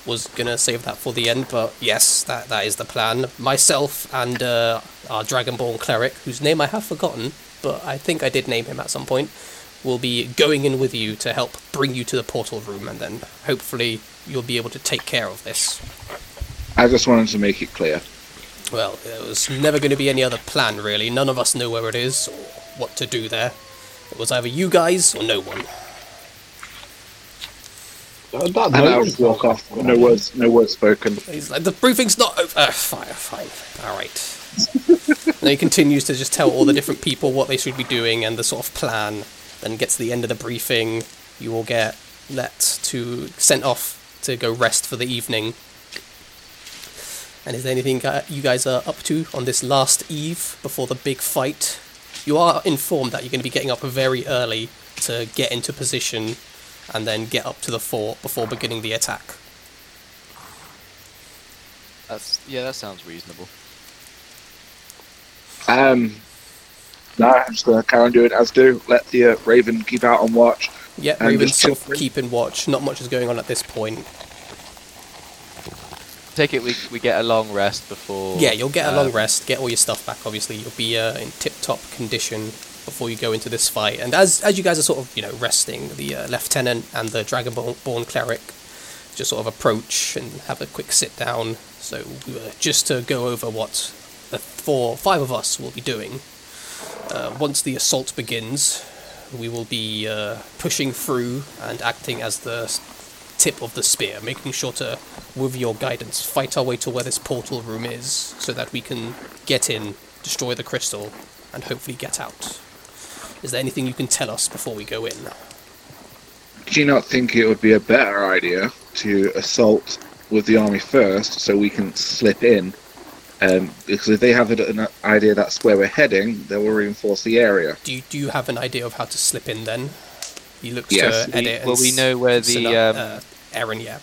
[SPEAKER 1] Was gonna save that for the end, but yes, that that is the plan. Myself and uh, our Dragonborn cleric, whose name I have forgotten, but I think I did name him at some point will be going in with you to help bring you to the portal room, and then hopefully you'll be able to take care of this.
[SPEAKER 3] I just wanted to make it clear.
[SPEAKER 1] Well, there was never going to be any other plan, really. None of us know where it is or what to do there. It was either you guys or no one.
[SPEAKER 2] Uh, that
[SPEAKER 3] And I'll
[SPEAKER 2] moment-
[SPEAKER 3] just walk off. No words. No words spoken.
[SPEAKER 1] He's like, the briefing's not over. Uh, fine, fine. All right. and he continues to just tell all the different people what they should be doing and the sort of plan. Then gets to the end of the briefing. You will get let to sent off to go rest for the evening. And is there anything uh, you guys are up to on this last eve before the big fight? You are informed that you're going to be getting up very early to get into position and then get up to the fort before beginning the attack.
[SPEAKER 4] That's yeah, that sounds reasonable.
[SPEAKER 3] Um, no, I'm just going to carry on doing as do. Let the uh, Raven keep out on watch.
[SPEAKER 1] Yeah,
[SPEAKER 3] And
[SPEAKER 1] Raven's
[SPEAKER 3] just
[SPEAKER 1] sort
[SPEAKER 3] chill
[SPEAKER 1] of
[SPEAKER 3] for it.
[SPEAKER 1] keeping watch. Not much is going on at this point.
[SPEAKER 4] Take it we we get a long rest before.
[SPEAKER 1] Yeah, you'll get a long
[SPEAKER 4] um,
[SPEAKER 1] rest, get all your stuff back. Obviously, you'll be uh, in tip-top condition before you go into this fight. And as as you guys are sort of you know resting, the uh, lieutenant and the dragonborn cleric just sort of approach and have a quick sit down. So uh, just to go over what the four five of us will be doing uh, once the assault begins. We will be uh, pushing through and acting as the s- tip of the spear, making sure to, with your guidance, fight our way to where this portal room is so that we can get in, destroy the crystal, and hopefully get out. Is there anything you can tell us before we go in?
[SPEAKER 3] Do you not think it would be a better idea to assault with the army first, so we can slip in? Um, because if they have an idea that's where we're heading, they will reinforce the area.
[SPEAKER 1] Do you, do you have an idea of how to slip in then? You look
[SPEAKER 3] Yes,
[SPEAKER 1] to
[SPEAKER 3] we-
[SPEAKER 1] edit. and
[SPEAKER 4] well, we
[SPEAKER 1] s-
[SPEAKER 4] know where
[SPEAKER 1] set
[SPEAKER 4] the,
[SPEAKER 1] up,
[SPEAKER 4] um,
[SPEAKER 1] uh, Aaron, yeah.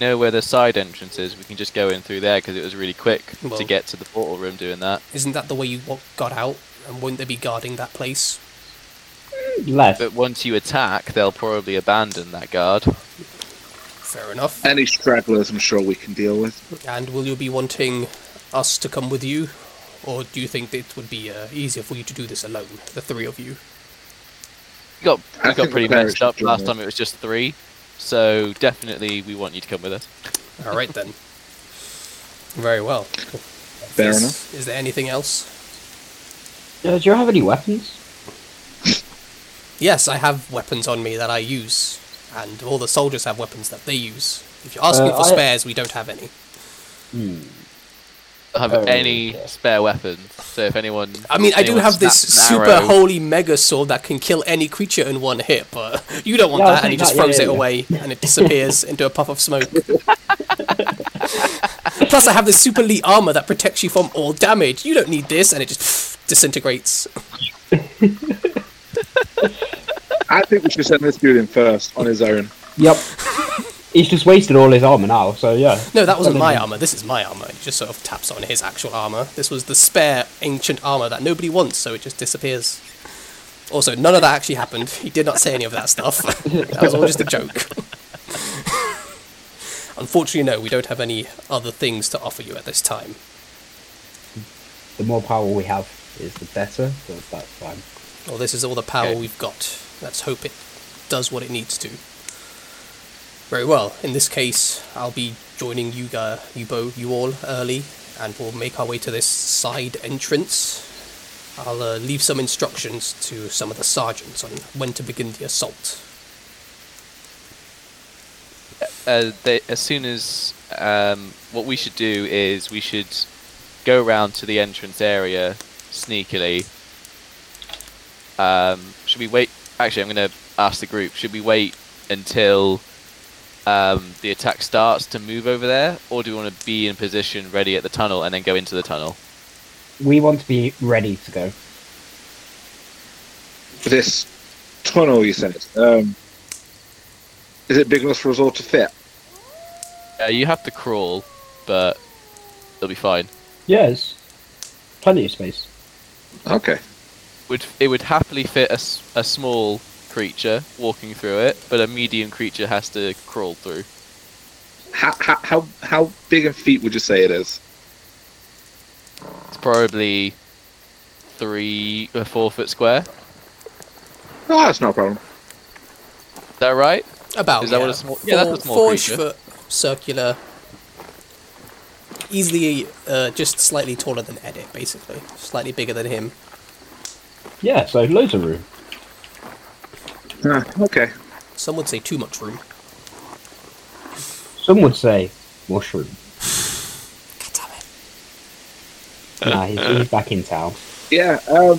[SPEAKER 4] know where the side entrance is. We can just go in through there because it was really quick
[SPEAKER 1] Well-
[SPEAKER 4] to get to the portal room doing that.
[SPEAKER 1] Isn't that the way you wa- got out? And wouldn't they be guarding that place?
[SPEAKER 2] Left. Uh,
[SPEAKER 4] But once you attack, they'll probably abandon that guard.
[SPEAKER 1] Fair enough.
[SPEAKER 4] Uh,
[SPEAKER 3] Any stragglers, I'm sure we can deal with.
[SPEAKER 1] And will you be wanting us to come with you? Or do you think it would be uh, easier for you to do this alone, the three of you?
[SPEAKER 4] We
[SPEAKER 3] I
[SPEAKER 4] got we
[SPEAKER 3] think
[SPEAKER 4] got
[SPEAKER 3] the
[SPEAKER 4] pretty
[SPEAKER 3] cleric
[SPEAKER 4] messed
[SPEAKER 3] should
[SPEAKER 4] up
[SPEAKER 3] join
[SPEAKER 4] last
[SPEAKER 3] us.
[SPEAKER 4] time. It was just three, so definitely we want you to come with us.
[SPEAKER 1] All right then. Very well.
[SPEAKER 3] Fair
[SPEAKER 1] is,
[SPEAKER 3] enough.
[SPEAKER 1] Is there anything else?
[SPEAKER 2] Uh, do you have any weapons?
[SPEAKER 1] Yes, I have weapons on me that I use, and all the soldiers have weapons that they use. If you're asking
[SPEAKER 2] Uh,
[SPEAKER 1] for
[SPEAKER 2] I-
[SPEAKER 1] spares, we don't have any.
[SPEAKER 2] Hmm.
[SPEAKER 4] I don't
[SPEAKER 2] Oh,
[SPEAKER 4] have any
[SPEAKER 2] yeah.
[SPEAKER 4] spare weapons. So if anyone,
[SPEAKER 1] I mean, I do
[SPEAKER 4] anyone
[SPEAKER 1] have this
[SPEAKER 4] snaps an
[SPEAKER 1] super
[SPEAKER 4] arrow-
[SPEAKER 1] holy mega sword that can kill any creature in one hit, but you don't want
[SPEAKER 2] Yeah, I
[SPEAKER 1] that, and he
[SPEAKER 2] think
[SPEAKER 1] just
[SPEAKER 2] that- yeah,
[SPEAKER 1] throws
[SPEAKER 2] yeah,
[SPEAKER 1] it
[SPEAKER 2] yeah.
[SPEAKER 1] away, and it disappears into a puff of smoke. Plus, I have this super elite armor that protects you from all damage. You don't need this, and it just disintegrates.
[SPEAKER 3] I think we should send this dude in first on his own.
[SPEAKER 2] Yep. He's just wasted all his armor now, so yeah.
[SPEAKER 1] No, that wasn't
[SPEAKER 2] Well,
[SPEAKER 1] my
[SPEAKER 2] then-
[SPEAKER 1] armor. This is my armor. It just sort of taps on his actual armor. This was the spare ancient armor that nobody wants, so it just disappears. Also, none of that actually happened. He did not say any of that stuff. that was all just a joke. Unfortunately, no, we don't have any other things to offer you at this time.
[SPEAKER 2] The more power we have, is the better. So that's fine.
[SPEAKER 1] Well, this is all the power
[SPEAKER 4] Okay.
[SPEAKER 1] we've got. Let's hope it does what it needs to. Very well. In this case, I'll be joining you, uh, you, bo- you all early, and we'll make our way to this side entrance. I'll uh, leave some instructions to some of the sergeants on when to begin the assault.
[SPEAKER 4] uh, they, as soon as um, what we should do is we should go round to the entrance area sneakily. Um, should we wait? Actually, I'm going to ask the group. Should we wait until um, the attack starts to move over there, or do we want to be in position, ready at the tunnel, and then go into the tunnel?
[SPEAKER 2] We want to be ready to go.
[SPEAKER 3] For this tunnel, you said. Um, is it big enough for us all to fit?
[SPEAKER 4] Uh, you have to crawl, but it'll be fine.
[SPEAKER 2] Yes. Plenty of space.
[SPEAKER 3] Okay.
[SPEAKER 4] Would it would happily fit a, s- a small creature walking through it, but a medium creature has to crawl through.
[SPEAKER 3] How, how, how, how big in feet would you say it is?
[SPEAKER 4] It's probably three or four foot square. Is
[SPEAKER 3] Oh, that's no problem.
[SPEAKER 4] that right?
[SPEAKER 1] About
[SPEAKER 4] Is that
[SPEAKER 1] yeah,
[SPEAKER 4] what a small- yeah, that's a small
[SPEAKER 1] four-ish
[SPEAKER 4] creature.
[SPEAKER 1] foot circular, easily uh, just slightly taller than Edit, basically, slightly bigger than him.
[SPEAKER 2] Yeah, so loads of room.
[SPEAKER 3] Ah, okay.
[SPEAKER 1] Some would say too much room.
[SPEAKER 2] Some would say mushroom.
[SPEAKER 1] God damn it.
[SPEAKER 2] Nah, he's, he's back in town.
[SPEAKER 3] Yeah. Um,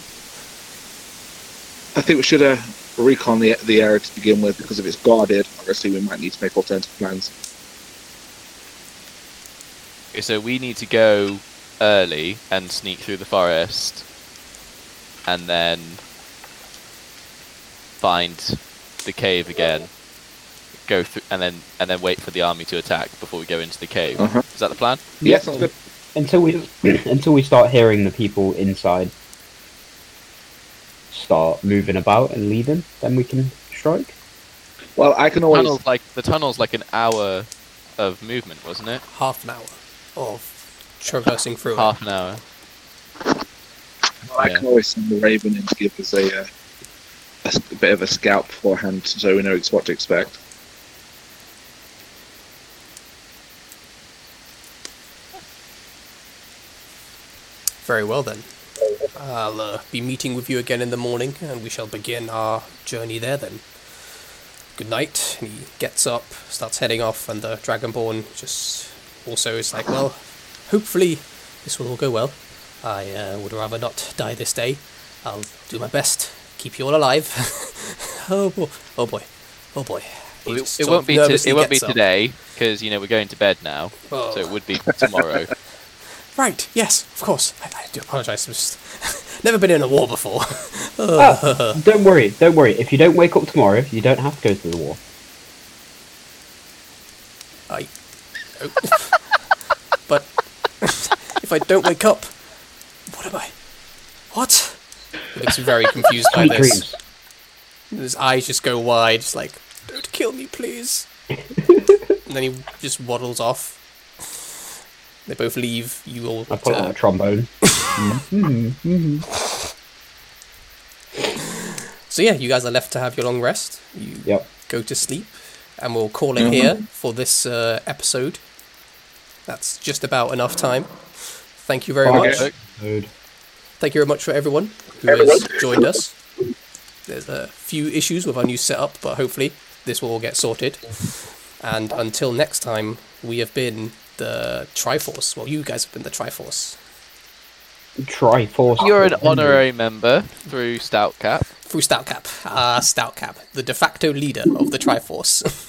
[SPEAKER 3] I think we should uh, recon the the area to begin with because if it's guarded, obviously we might need to make alternative plans.
[SPEAKER 4] Okay, so we need to go early and sneak through the forest, and then find the cave again. Go through and then and then wait for the army to attack before we go into the cave.
[SPEAKER 3] Uh-huh.
[SPEAKER 4] Is that the plan?
[SPEAKER 3] Yeah,
[SPEAKER 2] Yep.
[SPEAKER 3] sounds good.
[SPEAKER 2] Until we until we start hearing the people inside start moving about and leaving, then we can strike.
[SPEAKER 3] Well, I can always.
[SPEAKER 4] Tunnel's like the tunnel's like an hour of movement, wasn't it?
[SPEAKER 1] half an hour of traversing through it.
[SPEAKER 4] Half an hour.
[SPEAKER 3] I can always send the Raven in to give us a, uh, a s- a bit of a scout beforehand, so we know ex- what to expect.
[SPEAKER 1] Very well then. I'll uh, be meeting with you again in the morning, and we shall begin our journey there then. Good night. And he gets up, starts heading off, and the Dragonborn just also is like, well, hopefully this will all go well. I uh, would rather not die this day. I'll do my best. Keep you all alive. oh boy! Oh boy! Oh boy! He
[SPEAKER 4] It,
[SPEAKER 1] just
[SPEAKER 4] it
[SPEAKER 1] sort
[SPEAKER 4] won't
[SPEAKER 1] of
[SPEAKER 4] be. To,
[SPEAKER 1] nervously
[SPEAKER 4] it won't be
[SPEAKER 1] gets up.
[SPEAKER 4] today because you know we're going to bed now,
[SPEAKER 1] Oh.
[SPEAKER 4] so it would be tomorrow.
[SPEAKER 1] Right, yes, of course. I, I do apologise. I'm just never been in a war before.
[SPEAKER 2] Ah, don't worry, don't worry. If you don't wake up tomorrow, you don't have to go to the war.
[SPEAKER 1] I. Oh. but if I don't wake up, what am I? What? He looks very confused by
[SPEAKER 2] Sweet
[SPEAKER 1] this.
[SPEAKER 2] dreams.
[SPEAKER 1] His eyes just go wide, just like, don't kill me, please. and then he just waddles off. They both leave. You all.
[SPEAKER 2] I pull out
[SPEAKER 1] uh,
[SPEAKER 2] a trombone.
[SPEAKER 1] so yeah, you guys are left to have your long rest. You
[SPEAKER 2] Yep.
[SPEAKER 1] go to sleep, and we'll call it here for this uh, episode. That's just about enough time. Thank you very
[SPEAKER 2] Okay.
[SPEAKER 1] much.
[SPEAKER 2] Dude.
[SPEAKER 1] Thank you very much for everyone who has joined us. There's a few issues with our new setup, but hopefully this will all get sorted. And until next time, we have been the Triforce. Well, you guys have been the Triforce.
[SPEAKER 2] Triforce.
[SPEAKER 4] You're an
[SPEAKER 2] Contender.
[SPEAKER 4] honorary member through Stout Cap.
[SPEAKER 1] Through Stoutcap. Ah, Stoutcap, the de facto leader of the Triforce.